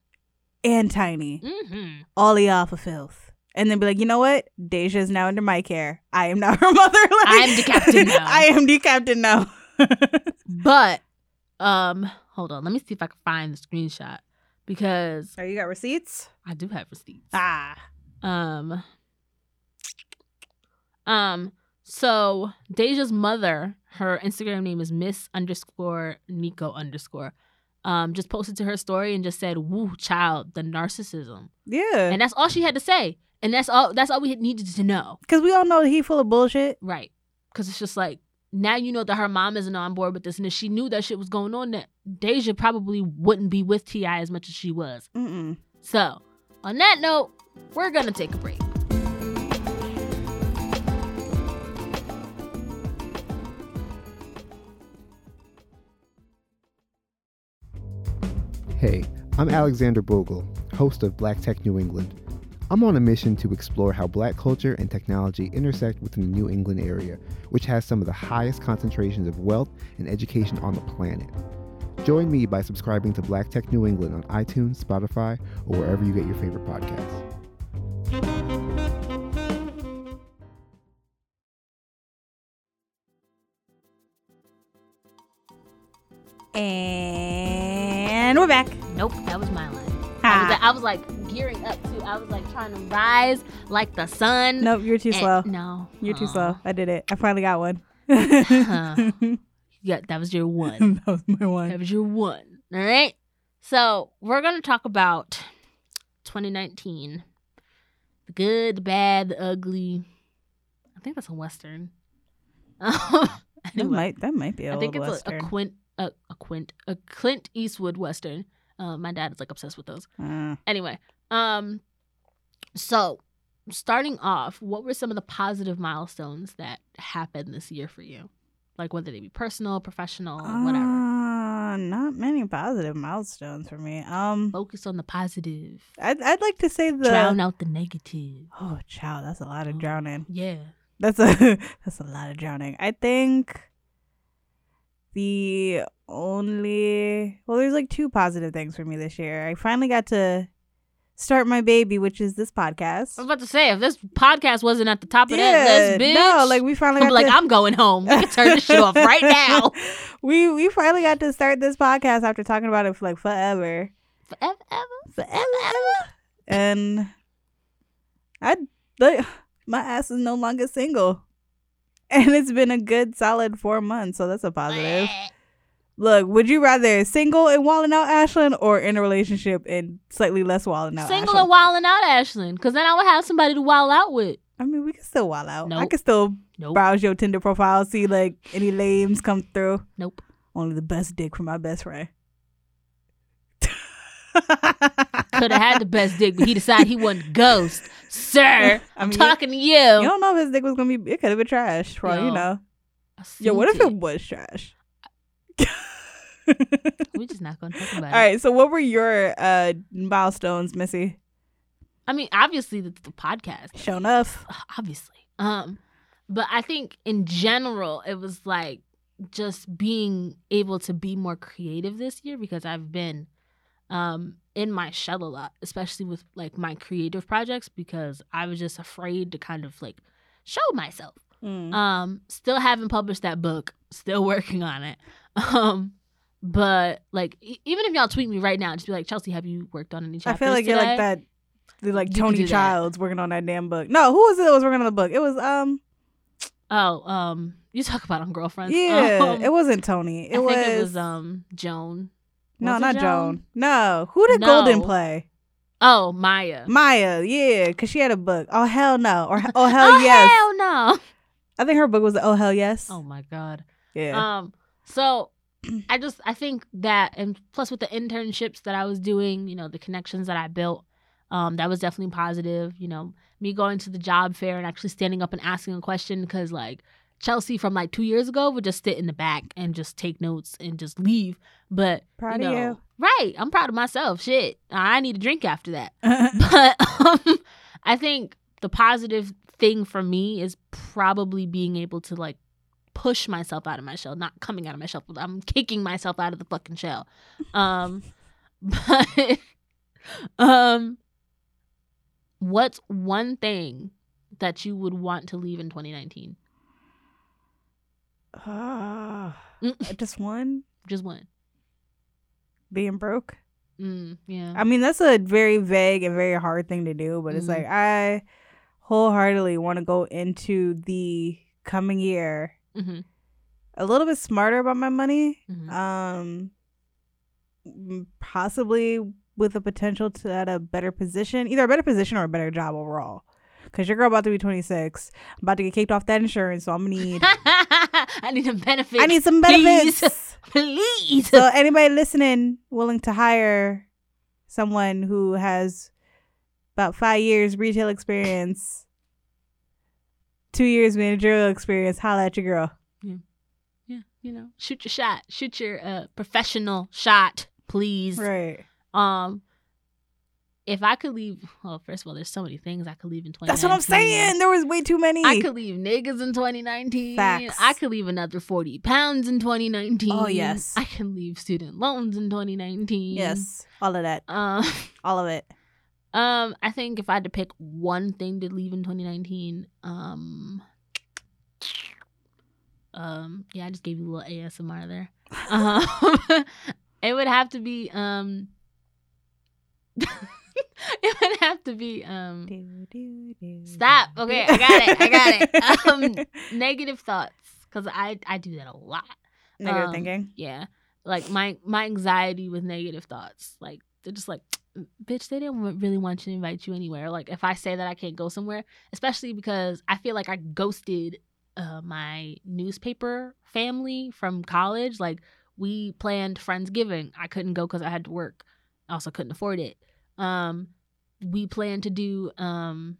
S2: and Tiny,
S1: mm-hmm
S2: all y'all for filth. And then be like, you know what? Deja is now under my care. I am now her mother. Like,
S1: I am the captain now.
S2: I am the captain now.
S1: but um hold on let me see if i can find the screenshot because
S2: Oh, you got receipts?
S1: i do have receipts
S2: Ah.
S1: Um. Um. So Deja's mother, her Instagram name is Miss underscore Nico underscore, um, just posted to her story and just said, "Woo, child, the narcissism,"
S2: Yeah.
S1: and that's all she had to say, and that's all that's all we had needed to know,
S2: Because we all know he full of bullshit.
S1: right? Because it's just like now you know that her mom isn't on board with this, and if she knew that shit was going on, that Deja probably wouldn't be with Ti as much as she was.
S2: Mm-mm.
S1: So, on that note, we're gonna take a break.
S3: Hey, I'm Alexander Bogle, host of Black Tech New England. I'm on a mission to explore how black culture and technology intersect within the New England area, which has some of the highest concentrations of wealth and education on the planet. Join me by subscribing to Black Tech New England on iTunes, Spotify, or wherever you get your favorite podcasts.
S2: And we're back.
S1: Nope, that was my line. I was,
S2: Ha.
S1: I was like gearing up too. I was like trying to rise like the sun.
S2: Nope, you're too
S1: And-
S2: slow.
S1: Eh, No,
S2: You're too
S1: Aw.
S2: slow. I did it. I finally got one.
S1: Yeah, that was your one.
S2: that was my
S1: that
S2: one.
S1: was your one. All right. So we're gonna talk about 2019, the good, the bad, the ugly. I think that's a western.
S2: That
S1: anyway,
S2: might that might be a
S1: I think
S2: old
S1: it's a,
S2: western.
S1: a Quint, a, a Quint, a Clint Eastwood western. Uh, my dad is like obsessed with those.
S2: Uh,
S1: Anyway, um, so starting off, what were some of the positive milestones that happened this year for you? Like whether they be personal, professional, Oh, whatever.
S2: Uh, not many positive milestones for me. Um,
S1: Focus on the positive.
S2: I'd, I'd like to say the
S1: drown out the negative.
S2: oh, child, that's a lot
S1: Oh.
S2: of drowning.
S1: Yeah.
S2: That's a that's a lot of drowning. I think the only well, there's like two positive things for me this year. I finally got to start my baby, which is this podcast.
S1: I was about to say if this podcast wasn't at the top of that list, bitch.
S2: no, like we finally
S1: I'm
S2: got
S1: like
S2: to-
S1: I'm going home. We can turn this shit off right now.
S2: we we finally got to start this podcast after talking about it for like forever,
S1: Forever.
S2: forever, and I like, my ass is no longer single, and it's been a good solid four months, so that's a positive. Look, would you rather single and walling out Ashland or in a relationship and slightly less walling out?
S1: Single and
S2: Ashland?
S1: wilding out, Ashland, because then I would have somebody to wild out with.
S2: I mean, we can still wall out. I
S1: Nope.
S2: can still
S1: Nope.
S2: browse your Tinder profile, see like any lames come through.
S1: Nope.
S2: Only the best dick for my best friend.
S1: Could have had the best dick, but he decided he wasn't ghost. Sir,
S2: I
S1: I'm
S2: mean,
S1: talking to you.
S2: You don't know if his dick was gonna be. It could have been trash, for all you
S1: Yo,
S2: know.
S1: I
S2: Yo, what if
S1: seen
S2: it was trash?
S1: We're just not gonna talk about
S2: all
S1: it.
S2: right. So, what were your uh milestones, Missy?
S1: I mean, obviously the, the podcast.
S2: Show enough.
S1: obviously. Um, but I think in general, it was like just being able to be more creative this year because I've been um in my shell a lot, especially with like my creative projects because I was just afraid to kind of like show myself.
S2: Mm. Mm-hmm.
S1: Um, still haven't published that book. Still working on it. Um, but like e- even if y'all tweet me right now, just be like Chelsea, have you worked on any
S2: I
S1: chapters?
S2: feel like you're
S1: today?"
S2: like that. the,
S1: You
S2: Like
S1: can do
S2: Tony
S1: that.
S2: Childs working on that damn book. No, who was it that was working on the book? It was um
S1: Oh, um, you talk about on girlfriends.
S2: yeah,
S1: Um,
S2: it wasn't Tony. It
S1: I
S2: was,
S1: think it was um Joan.
S2: no,
S1: was it
S2: not Joan? No, who did Golden
S1: No.
S2: play?
S1: Oh, Maya.
S2: Maya, yeah, cause she had a book. Oh hell no, or oh hell
S1: oh
S2: yes.
S1: hell no!
S2: I think her book was Oh hell yes.
S1: Oh my god.
S2: yeah,
S1: Um. So, I just I think that, and plus with the internships that I was doing, you know, the connections that I built, um, that was definitely positive. You know, me going to the job fair and actually standing up and asking a question because like Chelsea from like two years ago would just sit in the back and just take notes and just leave, but
S2: proud
S1: you
S2: of
S1: know,
S2: you.
S1: right? I'm proud of myself. Shit, I need a drink after that.
S2: I
S1: but um, I think the positive thing for me is probably being able to like push myself out of my shell, not coming out of my shell, but I'm kicking myself out of the fucking shell. Um, but um, what's one thing that you would want to leave in 2019? Mm.
S2: Ah. Uh, just one
S1: Just one.
S2: being broke.
S1: Mm, yeah.
S2: I mean, that's a very vague and very hard thing to do, but it's
S1: Mhm.
S2: like I wholeheartedly want to go into the coming year
S1: hmm
S2: a little bit smarter about my money.
S1: mm-hmm.
S2: Um m- possibly with the potential to at a better position, either a better position or a better job overall. Cause your girl about to be twenty six, about to get kicked off that insurance, so I'm gonna need
S1: I need a benefit.
S2: I need some
S1: Please.
S2: benefits.
S1: please.
S2: so anybody listening willing to hire someone who has about five years retail experience two years managerial experience holla at your girl
S1: yeah, you know, shoot your shot, shoot your uh, professional shot, please.
S2: right
S1: Um, if I could leave, well, first of all, there's so many things I could leave in 2019.
S2: That's what I'm saying. There was way too many.
S1: I could leave niggas in 2019.
S2: Facts.
S1: I could leave another 40 pounds in 2019.
S2: Oh, yes.
S1: I can leave student loans in 2019.
S2: Yes, all of that,
S1: Um,
S2: all of it.
S1: um, I think if I had to pick one thing to leave in 2019, um, um, yeah, I just gave you a little ASMR there. Um, it would have to be, um, it would have to be, um,
S2: Do, do, do,
S1: Stop.
S2: do.
S1: Okay, I got it. I got it. Um, negative thoughts because I I do that a lot.
S2: Negative
S1: um,
S2: thinking.
S1: Yeah, like my my anxiety with negative thoughts. Like they're just like, "Mm, bitch, they didn't wa- really want you to invite you anywhere. Like if I say that I can't go somewhere, especially because I feel like I ghosted uh, my newspaper family from college. Like we planned Friendsgiving, I couldn't go because I had to work. I also couldn't afford it. Um, we planned to do um,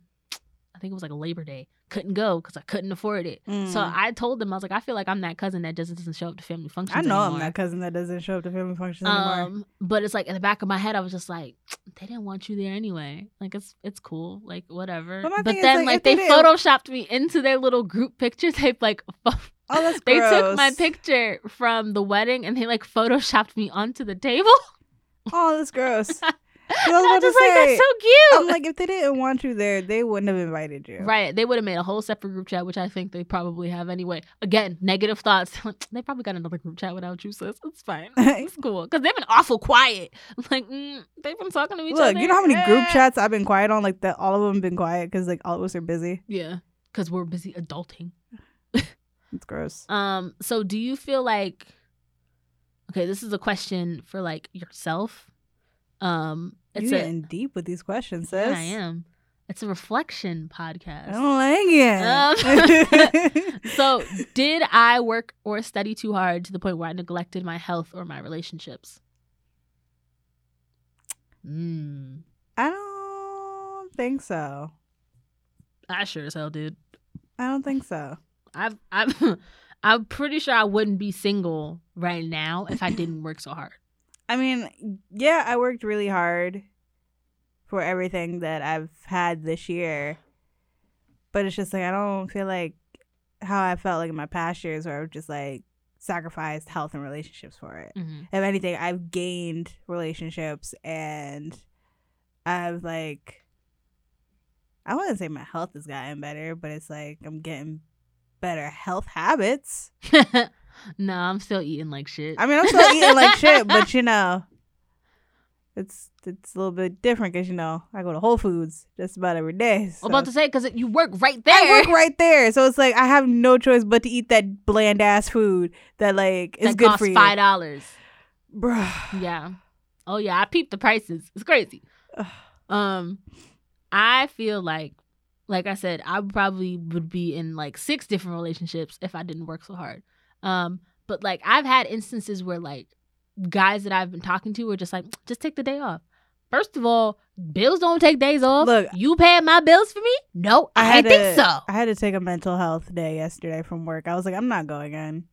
S1: I think it was like Labor Day. Couldn't go because I couldn't afford it. So
S2: Mm.
S1: I told them I was like, I feel like I'm that cousin that just doesn't show up to family functions.
S2: I know I'm
S1: anymore.
S2: that cousin that doesn't show up to family functions anymore.
S1: Um, but it's like in the back of my head, I was just like, they didn't want you there anyway. Like it's it's cool, like whatever.
S2: But my
S1: But,
S2: thing is,
S1: then
S2: like,
S1: like
S2: if they
S1: they
S2: didn't-
S1: photoshopped me into their little group picture. They like
S2: Oh, that's
S1: they took my
S2: gross.
S1: picture from the wedding and they like photoshopped me onto the table.
S2: Oh, that's gross.
S1: And
S2: was
S1: I
S2: about
S1: was
S2: to
S1: just like,
S2: say,
S1: that's so cute.
S2: I'm like, if they didn't want you there, they wouldn't have invited you.
S1: Right. They would have made a whole separate group chat, which I think they probably have anyway. Again, negative thoughts. they probably got another group chat without you, sis. It's fine. It's cool. Because they've been awful quiet. Like, mm, they've been talking to each
S2: Look,
S1: other.
S2: you know how many group
S1: Eh.
S2: chats I've been quiet on? Like that, all of them been quiet because like all of us are busy.
S1: Yeah. Because we're busy adulting.
S2: It's gross.
S1: Um, so do you feel like okay, this is a question for like yourself. Um
S2: you
S1: it's a
S2: getting deep with these questions, sis.
S1: Yeah, I am. It's a reflection podcast.
S2: I don't like it.
S1: Um, So, did I work or study too hard to the point where I neglected my health or my relationships? Mm,
S2: I don't think so.
S1: I sure as hell did.
S2: I don't think so.
S1: I've, I've, I'm pretty sure I wouldn't be single right now if I didn't work so hard.
S2: I mean, yeah, I worked really hard for everything that I've had this year, but it's just like I don't feel like how I felt like in my past years, where I've just like sacrificed health and relationships for it.
S1: Mhm.
S2: if anything, I've gained relationships and I've like I wouldn't say my health has gotten better, but it's like I'm getting better health habits.
S1: no, I'm still eating like shit.
S2: I mean, I'm still eating like shit, but you know, it's it's a little bit different because you know I go to Whole Foods just about every day.
S1: I'm
S2: So.
S1: about to say because you work right there.
S2: I work right there, so it's like I have no choice but to eat that bland ass food that like is
S1: that
S2: good
S1: costs
S2: for you,
S1: five dollars.
S2: Bruh.
S1: Yeah. Oh yeah, I peeped the prices. It's crazy.
S2: Ugh.
S1: Um I feel like like I said, I probably would be in like six different relationships if I didn't work so hard. Um but like I've had instances where like guys that I've been talking to were just like just take the day off. First of all, bills don't take days off.
S2: Look,
S1: you paying my bills for me? No, I,
S2: had
S1: didn't think
S2: to-
S1: so.
S2: I had to take a mental health day yesterday from work. I was like, I'm not going in.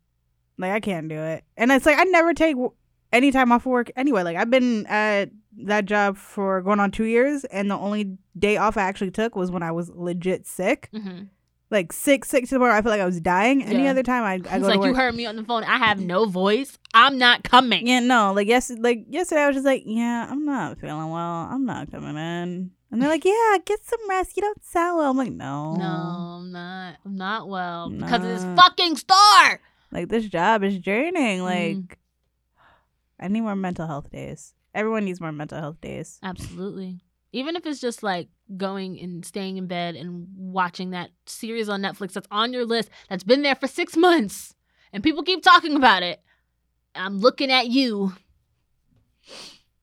S2: Like, I can't do it. And it's like, I never take w- any time off of work anyway. Like, I've been at that job for going on two years, and the only day off I actually took was when I was legit sick.
S1: hmm
S2: Like, sick, sick to the point where I felt like I was dying. Any
S1: Yeah.
S2: other time, I, I
S1: It's
S2: go
S1: like
S2: to work.
S1: you heard me on the phone. I have no voice. I'm not coming.
S2: yeah, no, like yes, like yesterday I was just like, yeah, I'm not feeling well. I'm not coming in. And they're like, yeah, get some rest. You don't sound well. I'm like, no,
S1: No, I'm not. I'm not well because of
S2: Nah.
S1: this fucking star.
S2: Like this job is draining. Like
S1: Mm.
S2: I need more mental health days. Everyone needs more mental health days.
S1: Absolutely. Even if it's just like going and staying in bed and watching that series on Netflix that's on your list that's been there for six months and people keep talking about it. I'm looking at you.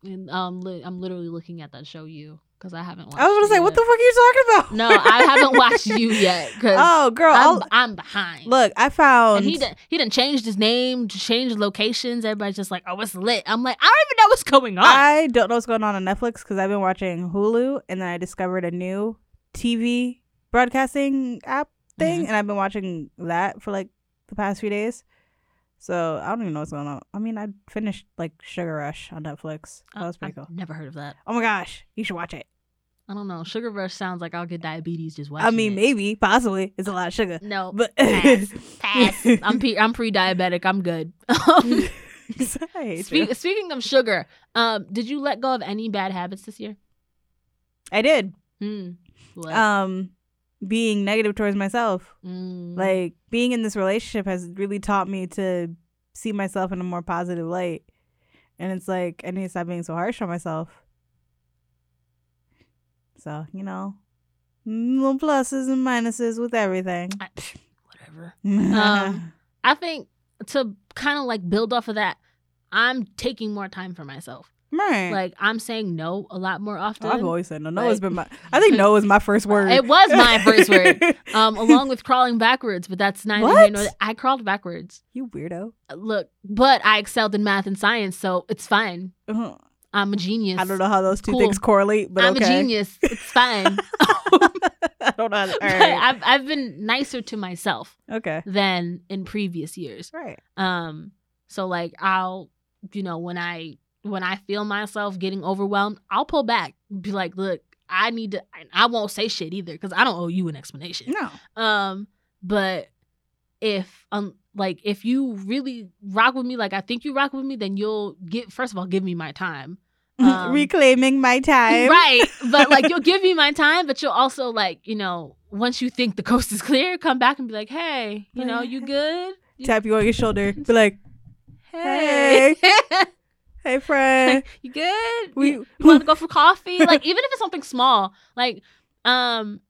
S1: And um, li- I'm literally looking at that show, you, because I haven't watched
S2: I was
S1: it
S2: gonna say, what the
S1: yet.
S2: fuck are you talking about?
S1: No, I haven't watched you yet because
S2: oh, girl,
S1: I'm,
S2: I'll,
S1: I'm behind.
S2: look, I found.
S1: And he done, he done changed his name, changed locations. Everybody's just like, oh, it's lit. I'm like, I don't even know what's going on.
S2: I don't know what's going on on Netflix because I've been watching Hulu, and then I discovered a new TV
S1: Mm-hmm.
S2: broadcasting app thing, and I've been watching that for like the past few days. So I don't even know what's going on. I mean, I finished like Sugar Rush on Netflix. That was pretty
S1: Oh, I've
S2: cool.
S1: Never heard of that.
S2: Oh my gosh, you should watch it.
S1: I don't know. Sugar rush sounds like I'll get diabetes just watching.
S2: I mean,
S1: it.
S2: maybe, possibly, it's a lot of sugar.
S1: No,
S2: But
S1: pass, pass. I'm pre- I'm pre-diabetic. I'm good. Um,
S2: I hate you.
S1: speak- speaking of sugar, um, did you let go of any bad habits this year?
S2: I did.
S1: Hmm. What?
S2: Um, being negative towards myself,
S1: Mm.
S2: like being in this relationship, has really taught me to see myself in a more positive light. And it's like I need to stop being so harsh on myself. So you know, little pluses and minuses with everything.
S1: I- pfft, whatever. Um, I think to kind of like build off of that, I'm taking more time for myself.
S2: right.
S1: Like I'm saying no a lot more often.
S2: Oh, I've always said no. No has
S1: like-
S2: been my. I think no is my first word.
S1: It was my first word, um, along with crawling backwards, but that's not
S2: What?
S1: Even, nor there. I crawled backwards. Uh,
S2: you weirdo.
S1: Look, but I excelled in math and science, so it's fine.
S2: Uh-huh.
S1: I'm a genius.
S2: I don't know how those two
S1: Cool.
S2: things correlate, but
S1: I'm
S2: okay.
S1: a genius. It's fine.
S2: I don't know. How to, all
S1: But
S2: right.
S1: I've I've been nicer to myself
S2: okay.
S1: than in previous years.
S2: Right.
S1: Um, so like I'll, you know, when I when I feel myself getting overwhelmed, I'll pull back, be like, look, I need to. I- I won't say shit either because I don't owe you an explanation.
S2: No.
S1: Um, but if um like if you really rock with me, like I think you rock with me, then you'll get first of all give me my time. Um,
S2: Reclaiming my time.
S1: Right. But like you'll give me my time, but you'll also like, you know, once you think the coast is clear, come back and be like, hey, you know, you good? You-
S2: Tap you on your shoulder. Be like,
S1: hey.
S2: hey, friend.
S1: Like, you good?
S2: We.
S1: you want to go for coffee? Like even if it's something small, like um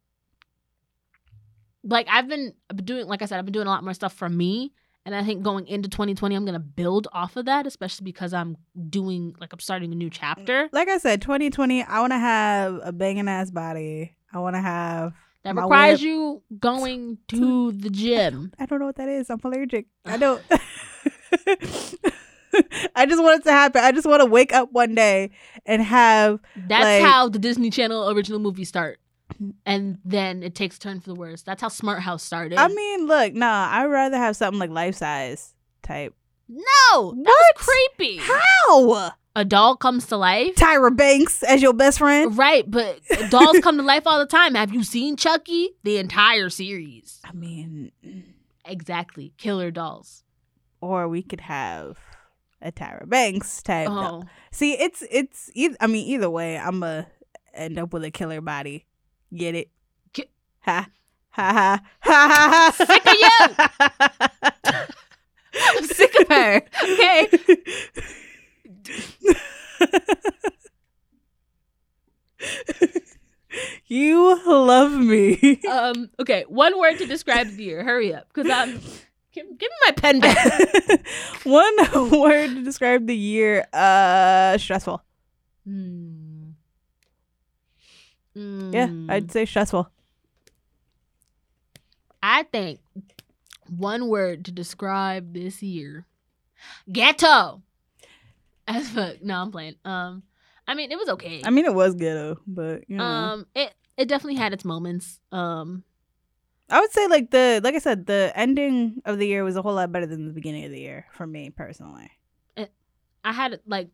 S1: like I've been doing like I said, I've been doing a lot more stuff for me. And I think going into 2020, I'm gonna build off of that, especially because I'm doing like I'm starting a new chapter
S2: like I said, 2020. I want to have a banging ass body. I want to have.
S1: that
S2: My
S1: requires
S2: whip.
S1: you going to the gym.
S2: I don't know what that is. I'm allergic. I don't. I just want it to happen. I just want to wake up one day and have
S1: That's
S2: Like-
S1: how the Disney Channel original movies start. And then it takes a turn for the worse. That's how Smart House started.
S2: I mean, look, nah, I'd rather have something like life size type.
S1: no, that was
S2: What?
S1: creepy.
S2: How?
S1: A doll comes to life.
S2: Tyra Banks as your best friend?
S1: Right, but dolls come to life all the time. Have you seen Chucky? The entire series.
S2: I mean,
S1: Exactly. Killer dolls.
S2: or we could have a Tyra Banks type. doll.
S1: Oh.
S2: See, it's, it's, either, I mean, either way, I'm going to end up with a killer body. Get it?
S1: Ki-
S2: ha. Ha ha ha ha ha. Sick of
S1: I'm sick of her. Oh. Okay.
S2: you love me.
S1: Um, okay. One word to describe the year. Hurry up. Because I'm give, give me my pen back.
S2: One word to describe the year uh stressful.
S1: Hmm.
S2: Yeah,
S1: Hmm.
S2: I'd say stressful.
S1: I think one word to describe this year: ghetto. As fuck. No, I'm playing. Um, I mean, it was okay.
S2: I mean it was ghetto, but you know.
S1: um, it it definitely had its moments. Um,
S2: I would say like the like I said the ending of the year was a whole lot better than the beginning of the year for me personally.
S1: I had like,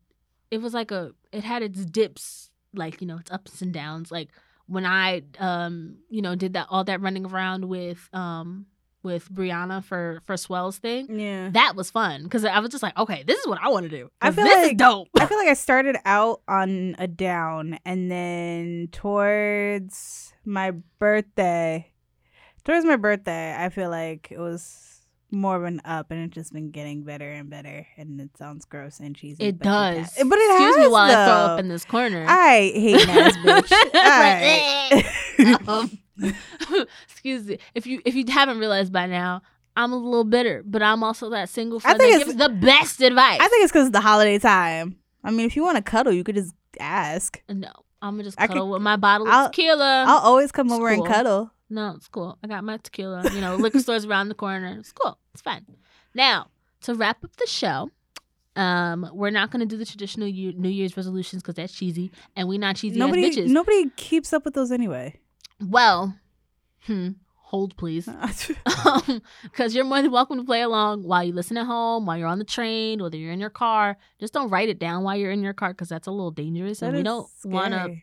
S1: it was like a it had its dips, like you know, its ups and downs. Like when I um, you know, did that all that running around with um with Brianna for for Swell's thing.
S2: Yeah.
S1: That was fun because I was just like, okay, this is what I want to do.
S2: I
S1: 'Cause
S2: feel
S1: this is
S2: like-
S1: dope.
S2: I feel like I started out on a down, and then towards my birthday, towards my birthday, I feel like it was more of an up, and it's just been getting better and better. And it sounds gross and cheesy.
S1: It
S2: but
S1: does.
S2: ha- but it
S1: Excuse
S2: has.
S1: me while I throw up
S2: though.
S1: in this corner.
S2: I hate ass bitch.
S1: Like,
S2: Alright.
S1: Um, excuse me. If you if you haven't realized by now, I'm a little bitter, but I'm also that single
S2: I
S1: friend
S2: think
S1: that
S2: it's-
S1: gives the best advice.
S2: I think it's because the holiday time. I mean, if you want to cuddle, you could just ask.
S1: no, I'm gonna just
S2: I
S1: cuddle
S2: could-
S1: with my bottle
S2: I'll-
S1: of tequila.
S2: I'll always come
S1: it's
S2: over
S1: cool.
S2: and cuddle.
S1: no, it's cool. I got my tequila. You know, liquor stores around the corner. It's cool. It's fine. Now to wrap up the show. Um, we're not gonna do the traditional year, New Year's resolutions because that's cheesy, and we not cheesy
S2: Nobody,
S1: as bitches.
S2: nobody keeps up with those anyway.
S1: Well, hmm, hold please because you're more than welcome to play along while you listen at home while you're on the train whether you're in your car just don't write it down while you're in your car because that's a little dangerous and we don't want to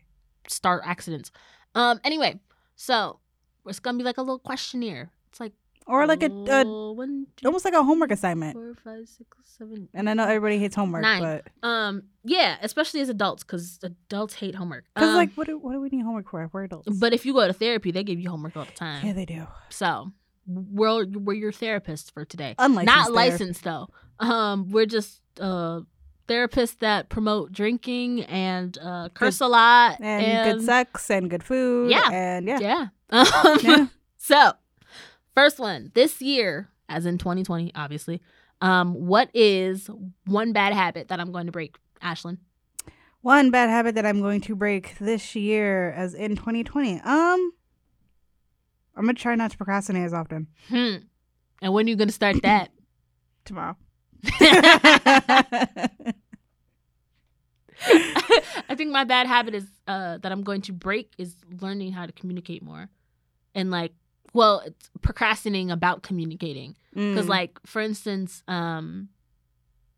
S1: start accidents um anyway so it's gonna be like a little questionnaire it's like
S2: or like a, a
S1: oh, one, two,
S2: almost like a homework assignment.
S1: four, five, six, seven,
S2: And I know everybody hates homework,
S1: Nine.
S2: but
S1: um yeah especially as adults because adults hate homework
S2: because
S1: Um,
S2: like what do, what do we need homework for? We're adults.
S1: but if you go to therapy they give you homework all the time
S2: yeah, they do.
S1: So we're we're your therapist for today.
S2: Unlicensed
S1: Not
S2: therapy.
S1: licensed though. Um, we're just uh therapists that promote drinking and uh curse a lot
S2: and, good sex and good food.
S1: Yeah.
S2: and yeah,
S1: Yeah. Um,
S2: Yeah.
S1: So first one this year, as in 2020, obviously. Um, what is one bad habit that I'm going to break, Ashlyn?
S2: One bad habit that I'm going to break this year, as in 2020. Um, I'm gonna try not to procrastinate as often
S1: Hmm. And when are you going to start that?
S2: tomorrow.
S1: I think my bad habit is uh, that I'm going to break is learning how to communicate more, and like, well, it's procrastinating about communicating because,
S2: Mm.
S1: like, for instance, um,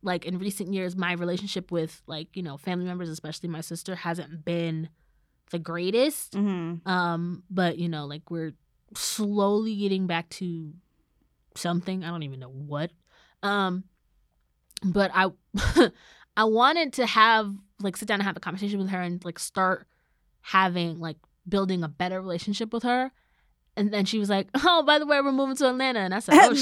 S1: like in recent years, my relationship with like you know family members, especially my sister, hasn't been the greatest.
S2: Mhm.
S1: Um, but you know, like we're slowly getting back to something. I don't even know what. Um, but I I wanted to have like sit down and have a conversation with her and like start having like building a better relationship with her. And then she was like, "Oh, by the way, we're moving to Atlanta." And I said, "Oh
S2: Bye.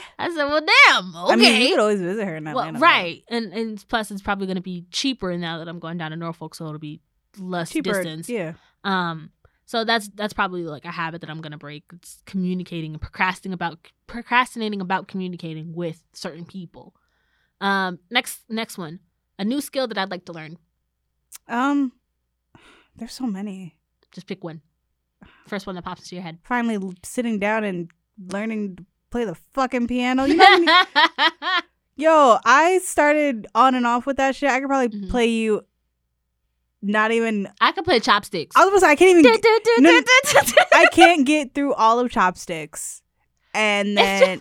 S1: shit!" I said, "Well, damn, okay."
S2: I mean, you could always visit her in
S1: well,
S2: Atlanta. but
S1: right, and and plus it's probably going to be cheaper now that I'm going down to Norfolk, so it'll be less
S2: Cheaper,
S1: distance.
S2: yeah.
S1: Um, so that's that's probably like a habit that I'm gonna break. It's communicating and procrastinating about procrastinating about communicating with certain people. Um, next next one, a new skill that I'd like to learn.
S2: Um, there's so many.
S1: Just pick one. First one that pops into your head.
S2: Finally, l- sitting down and learning to play the fucking piano. Oh, You know how many- Yo, I started on and off with that shit. I could probably
S1: Mhm.
S2: play you. Not even.
S1: I could play chopsticks.
S2: I was gonna say I can't even. get- no, no.
S1: Du-du-du-du-du-du.
S2: I can't get through all of chopsticks, and
S1: It's
S2: then,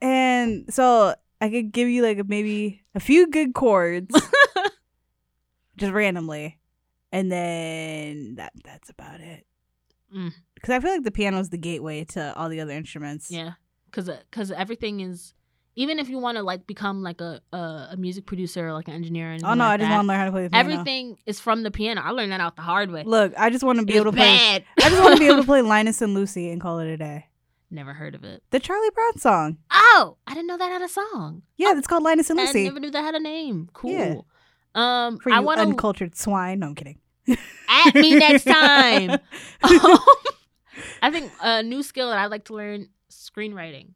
S2: and so I could give you like maybe a few good chords, just randomly, and then that that's about it.
S1: Mm.
S2: Because I feel like the piano is the gateway to all the other instruments.
S1: Yeah, because because everything is. Even if you want to like become like a, a a music producer or like an engineer and
S2: Oh no, I just want to learn how to play the piano.
S1: everything is from the piano. I learned that out the hard way.
S2: Look, I just want to be
S1: It's
S2: able to play.
S1: bad.
S2: I just want to be able to play Linus and Lucy and call it a day.
S1: Never heard of it.
S2: The Charlie Brown song.
S1: Oh, I didn't know that had a song.
S2: Yeah, it's called Linus and
S1: I
S2: Lucy.
S1: never knew that had a name. Cool.
S2: Yeah.
S1: Um,
S2: For you
S1: I want to
S2: uncultured swine. No, I'm kidding.
S1: at me next time. I think a new skill that I'd like to learn screenwriting,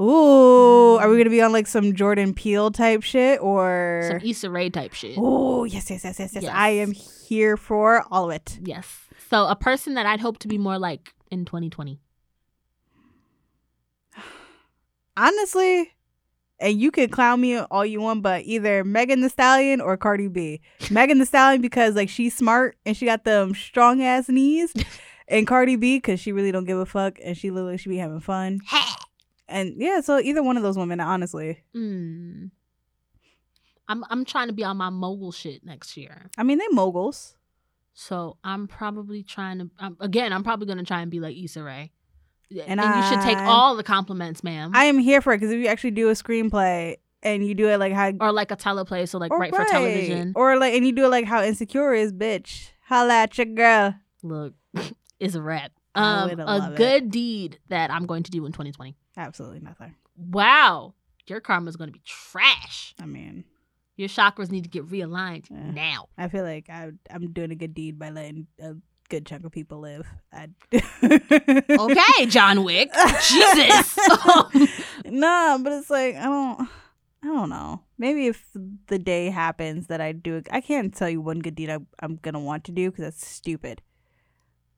S2: Ooh, are we gonna be on like some Jordan Peele type shit or?
S1: some Issa Rae type shit.
S2: Oh yes, yes, yes, yes, yes.
S1: Yes.
S2: I am here for all of it.
S1: Yes. So a person that I'd hope to be more like in 2020.
S2: Honestly, and you can clown me all you want, but either Megan the Stallion or Cardi B. Megan the Stallion because like she's smart and she got them strong ass knees, and Cardi B because she really don't give a fuck and she look like she be having fun. And yeah, so either one of those women, honestly.
S1: Hmm. I'm I'm trying to be on my mogul shit next year.
S2: I mean, they moguls.
S1: So I'm probably trying to um, again. I'm probably gonna try and be like Issa Rae, and,
S2: And
S1: you should take
S2: I-
S1: all the compliments, ma'am,
S2: I am here for it because if you actually do a screenplay and you do it like how
S1: or like a teleplay, so like
S2: All
S1: right,
S2: right.
S1: for television.
S2: or like and you do it like how insecure is bitch. Holla at your girl.
S1: Look, it's a wrap.
S2: I
S1: Um,
S2: would
S1: a
S2: love it.
S1: good deed that I'm going to do in 2020.
S2: Absolutely nothing.
S1: Wow, your karma's gonna be trash.
S2: I mean,
S1: Your chakras need to get realigned
S2: Yeah.
S1: now.
S2: I feel like I, I'm doing a good deed by letting a good chunk of people live. I...
S1: Okay, John Wick.
S2: Uh,
S1: Jesus.
S2: nah, but it's like I don't. I don't know. Maybe if the day happens that I do, it- I can't tell you one good deed I, I'm gonna want to do because that's stupid.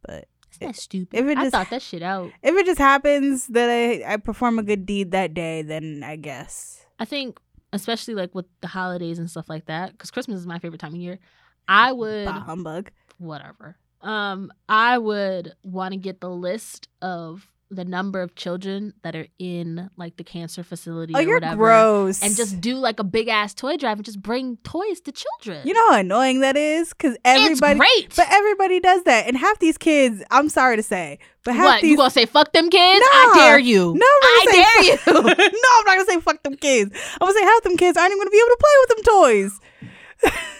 S2: But
S1: Isn't that stupid?
S2: If it
S1: I
S2: just-
S1: thought that shit out.
S2: if it just happens that I, I perform a good deed that day, then I guess
S1: I think, especially like with the holidays and stuff like that, because Christmas is my favorite time of year. I would
S2: bah humbug.
S1: whatever. Um, I would want to get the list of the number of children that are in like the cancer facility
S2: Oh,
S1: or
S2: you're
S1: whatever,
S2: gross.
S1: and just do like a big ass toy drive and just bring toys to children.
S2: you know how annoying that is because everybody,
S1: it's great.
S2: but eh, everybody does that, and half these kids. I'm sorry to say, but half
S1: what
S2: these
S1: you gonna say? Fuck them kids! I
S2: Nah.
S1: dare you!
S2: No, I'm
S1: I
S2: not gonna say
S1: dare
S2: fuck-
S1: you!
S2: no, I'm not gonna say fuck them kids. I'm gonna say half them kids aren't even gonna be able to play with them toys.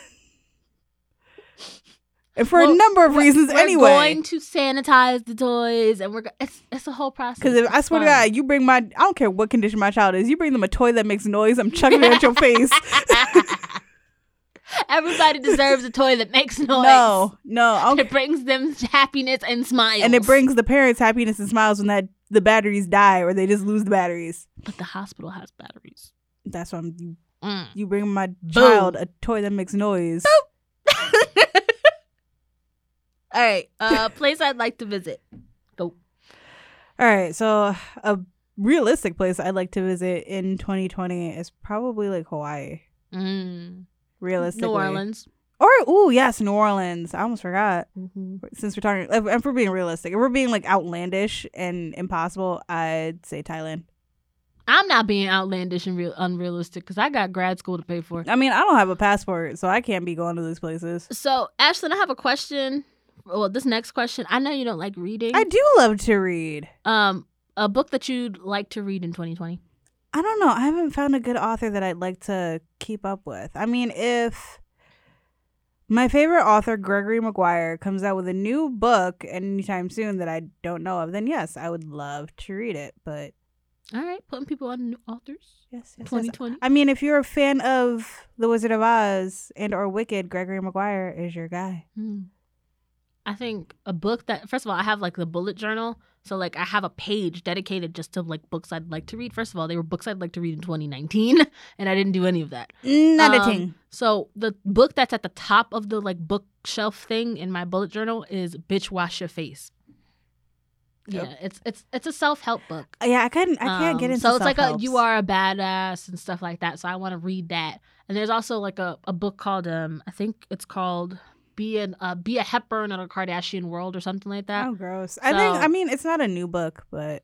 S2: and for a
S1: Well,
S2: number of
S1: We're-
S2: reasons,
S1: we're
S2: anyway.
S1: going to sanitize the toys, and we're go- it's it's a whole process.
S2: Because if I
S1: It's
S2: swear to
S1: fun.
S2: God, you bring my I don't care what condition my child is, you bring them a toy that makes noise, I'm chucking it at your face.
S1: everybody deserves a toy that makes noise.
S2: No, no, I don't
S1: It brings them happiness and smiles.
S2: and it brings the parents happiness and smiles when that the batteries die or they just lose the batteries.
S1: But the hospital has batteries.
S2: That's why I'm, you,
S1: Mm.
S2: you bring my child a toy that makes noise.
S1: All right, uh, place I'd like to visit.
S2: All right, so a realistic place I'd like to visit in 2020 is probably like Hawaii.
S1: Mm.
S2: Realistically,
S1: New Orleans.
S2: or ooh, yes, New Orleans. I almost forgot.
S1: Mm-hmm.
S2: Since we're talking, if, if we're being realistic, if we're being like outlandish and impossible, I'd say Thailand.
S1: I'm not being outlandish and real unrealistic because I got grad school to pay for.
S2: I mean, I don't have a passport, so I can't be going to these places.
S1: So, Ashlyn, I have a question. Well, this next question, I know you don't like reading.
S2: I do love to read.
S1: Um, a book that you'd like to read in 2020.
S2: I don't know. I haven't found a good author that I'd like to keep up with. I mean, if my favorite author, Gregory Maguire, comes out with a new book anytime soon that I don't know of, then yes, I would love to read it. But
S1: All right, putting people on new authors.
S2: yes, yes, yes.
S1: 2020.
S2: I mean, if you're a fan of The Wizard of Oz and or Wicked, Gregory Maguire is your guy.
S1: Hmm. I think a book that first of all, I have like the bullet journal. So like I have a page dedicated just to like books I'd like to read. First of all, they were books I'd like to read in 2019, and I didn't do any of that.
S2: Not a
S1: Um,
S2: ting.
S1: So the book that's at the top of the like bookshelf thing in my bullet journal is "Bitch Wash Your Face."
S2: Yep.
S1: Yeah, it's it's it's a self help book.
S2: Yeah, I couldn't. I can't get
S1: Um,
S2: into.
S1: So it's like a
S2: self-helps.
S1: you are a badass and stuff like that. So I want to read that. And there's also like a, a book called um I think it's called Be an uh, Be a Hepburn in a Kardashian World or something like that.
S2: Oh, gross. I think,
S1: So-
S2: I mean, it's not a new book, but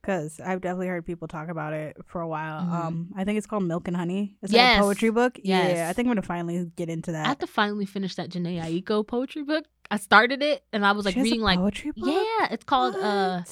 S2: because I've definitely heard people talk about it for a while.
S1: Mhm.
S2: Um, I think it's called Milk and Honey. It's like
S1: Yes.
S2: a poetry book. Yeah,
S1: Yes.
S2: I think I'm going to finally get into that.
S1: I have to finally finish that Janae Aiko poetry book. I started it and I was like
S2: She has a
S1: reading like
S2: poetry book?
S1: yeah, it's called
S2: What?
S1: uh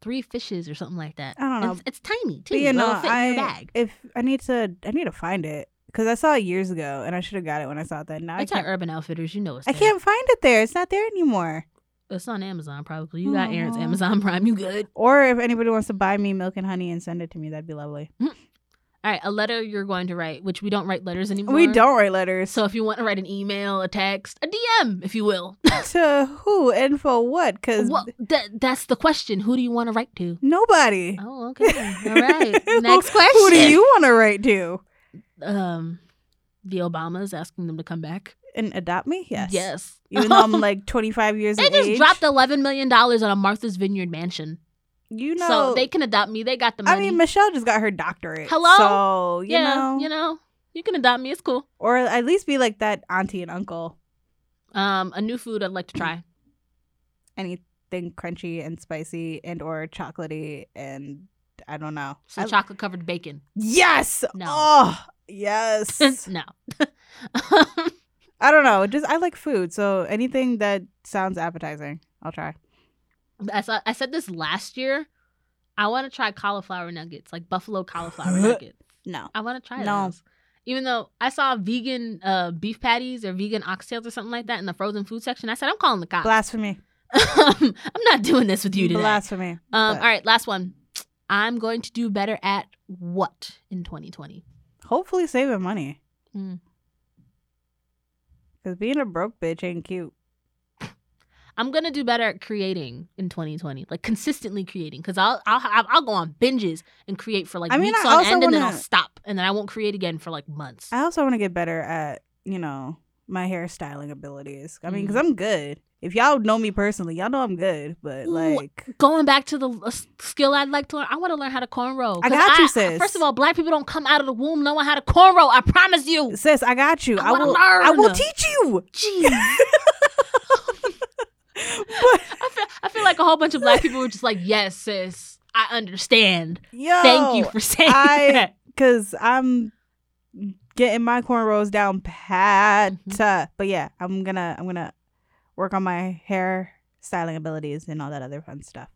S1: Three Fishes or something like that.
S2: I don't know.
S1: It's, it's tiny too.
S2: But you
S1: It'll
S2: know,
S1: fit in your
S2: I,
S1: bag.
S2: if I need to, I need to find it because I saw it years ago and I should have got it when I saw it then. Now I
S1: It's at
S2: can't,
S1: Urban Outfitters. You know it's
S2: I
S1: there.
S2: can't find it there. It's not there anymore.
S1: It's on Amazon probably. You got Aaron's
S2: Aw.
S1: Amazon Prime. You good?
S2: Or if anybody wants to buy me Milk and Honey and send it to me, that'd be lovely.
S1: All right, a letter you're going to write, which we don't write letters anymore.
S2: We don't write letters.
S1: So if you want to write an email, a text, a DM, if you will,
S2: to who and for what? Because
S1: well, that that's the question. Who do you want to write to?
S2: nobody.
S1: Oh, okay. All right. Next
S2: Who-
S1: question.
S2: Who do you want to write to?
S1: Um, the Obamas asking them to come back.
S2: And adopt me? Yes.
S1: Yes.
S2: Even though I'm like 25 years
S1: they
S2: of
S1: just
S2: age.
S1: dropped eleven million dollars on a Martha's Vineyard mansion,
S2: you know.
S1: so they can adopt me. They got the money.
S2: I mean, Michelle just got her doctorate.
S1: Hello?
S2: So, you,
S1: yeah,
S2: know,
S1: you know, you can adopt me. It's cool.
S2: Or at least be like that auntie and uncle.
S1: Um, a new food I'd like to try.
S2: Anything crunchy and spicy and or chocolatey and I don't know.
S1: Some
S2: I-
S1: chocolate covered bacon.
S2: Yes.
S1: No.
S2: Oh, yes.
S1: no. Um,
S2: I don't know. Just I like food, so anything that sounds appetizing, I'll try.
S1: I, saw, I said this last year. I want to try cauliflower nuggets, like buffalo cauliflower nuggets.
S2: No.
S1: I want to try
S2: No.
S1: those. Even though I saw vegan uh, beef patties or vegan oxtails or something like that in the frozen food section, I said, I'm calling the cops.
S2: Blasphemy.
S1: I'm not doing this with you today.
S2: Blasphemy.
S1: um,
S2: but-
S1: all right, last one. I'm going to do better at what in 2020?
S2: Hopefully saving money. Because
S1: Mm.
S2: being a broke bitch ain't cute.
S1: I'm gonna do better at creating in 2020, like consistently creating, because I'll I'll I'll I'll go on binges and create for like
S2: I mean,
S1: weeks
S2: I
S1: on
S2: also
S1: end, and then I'll
S2: wanna-
S1: stop, and then I won't create again for like months.
S2: I also want to get better at, you know, my hairstyling abilities. I mean, because
S1: Mm.
S2: I'm good. If y'all know me personally, y'all know I'm good. But
S1: Ooh,
S2: like,
S1: Going back to the uh, s- skill I'd like to learn, I want to learn how to cornrow.
S2: I
S1: 'Cause
S2: got you, sis.
S1: First of all, black people don't come out of the womb knowing how to cornrow. I promise you.
S2: sis, I got you.
S1: I
S2: I,
S1: wanna
S2: will. I will
S1: learn.
S2: teach you.
S1: Jeez.
S2: but
S1: I feel, I feel like a whole bunch of black people were just like, yes, sis, I understand.
S2: yo,
S1: Thank you for saying
S2: I-
S1: that.
S2: because I'm getting my cornrows down pat.
S1: Mhm.
S2: Uh, But yeah, I'm gonna I'm gonna work on my hair styling abilities and all that other fun stuff.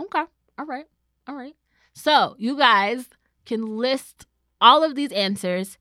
S1: Okay. All right. All right. So you guys can list all of these answers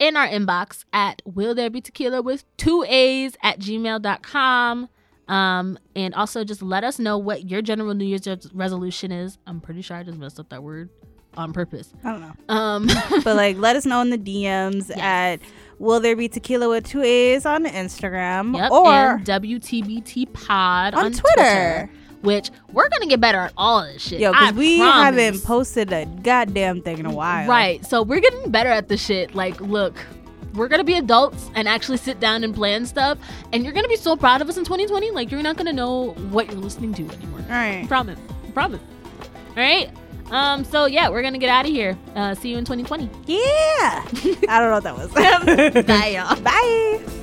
S1: in our inbox at will there be tequila with two A's at gmail.com. Um, and also just let us know what your general New Year's res- resolution is. I'm pretty sure I just messed up that word on purpose.
S2: I don't know,
S1: Um,
S2: but like let us know in the DMs
S1: Yes.
S2: at will there be tequila with two A's on Instagram
S1: yep,
S2: or
S1: and WTBT pod
S2: on,
S1: on,
S2: Twitter.
S1: which we're going to get better at all of this shit.
S2: Yo,
S1: I
S2: because we
S1: promise.
S2: haven't posted a goddamn thing in a while.
S1: Right. So we're getting better at the shit. Like, look, we're gonna be adults and actually sit down and plan stuff. And you're gonna be so proud of us in 2020. Like, you're not gonna know what you're listening to anymore.
S2: All right.
S1: Promise. Promise. All right. Um. So yeah, we're gonna get out of here. Uh. See you in 2020.
S2: Yeah. I don't know what that was.
S1: Bye, y'all.
S2: Bye.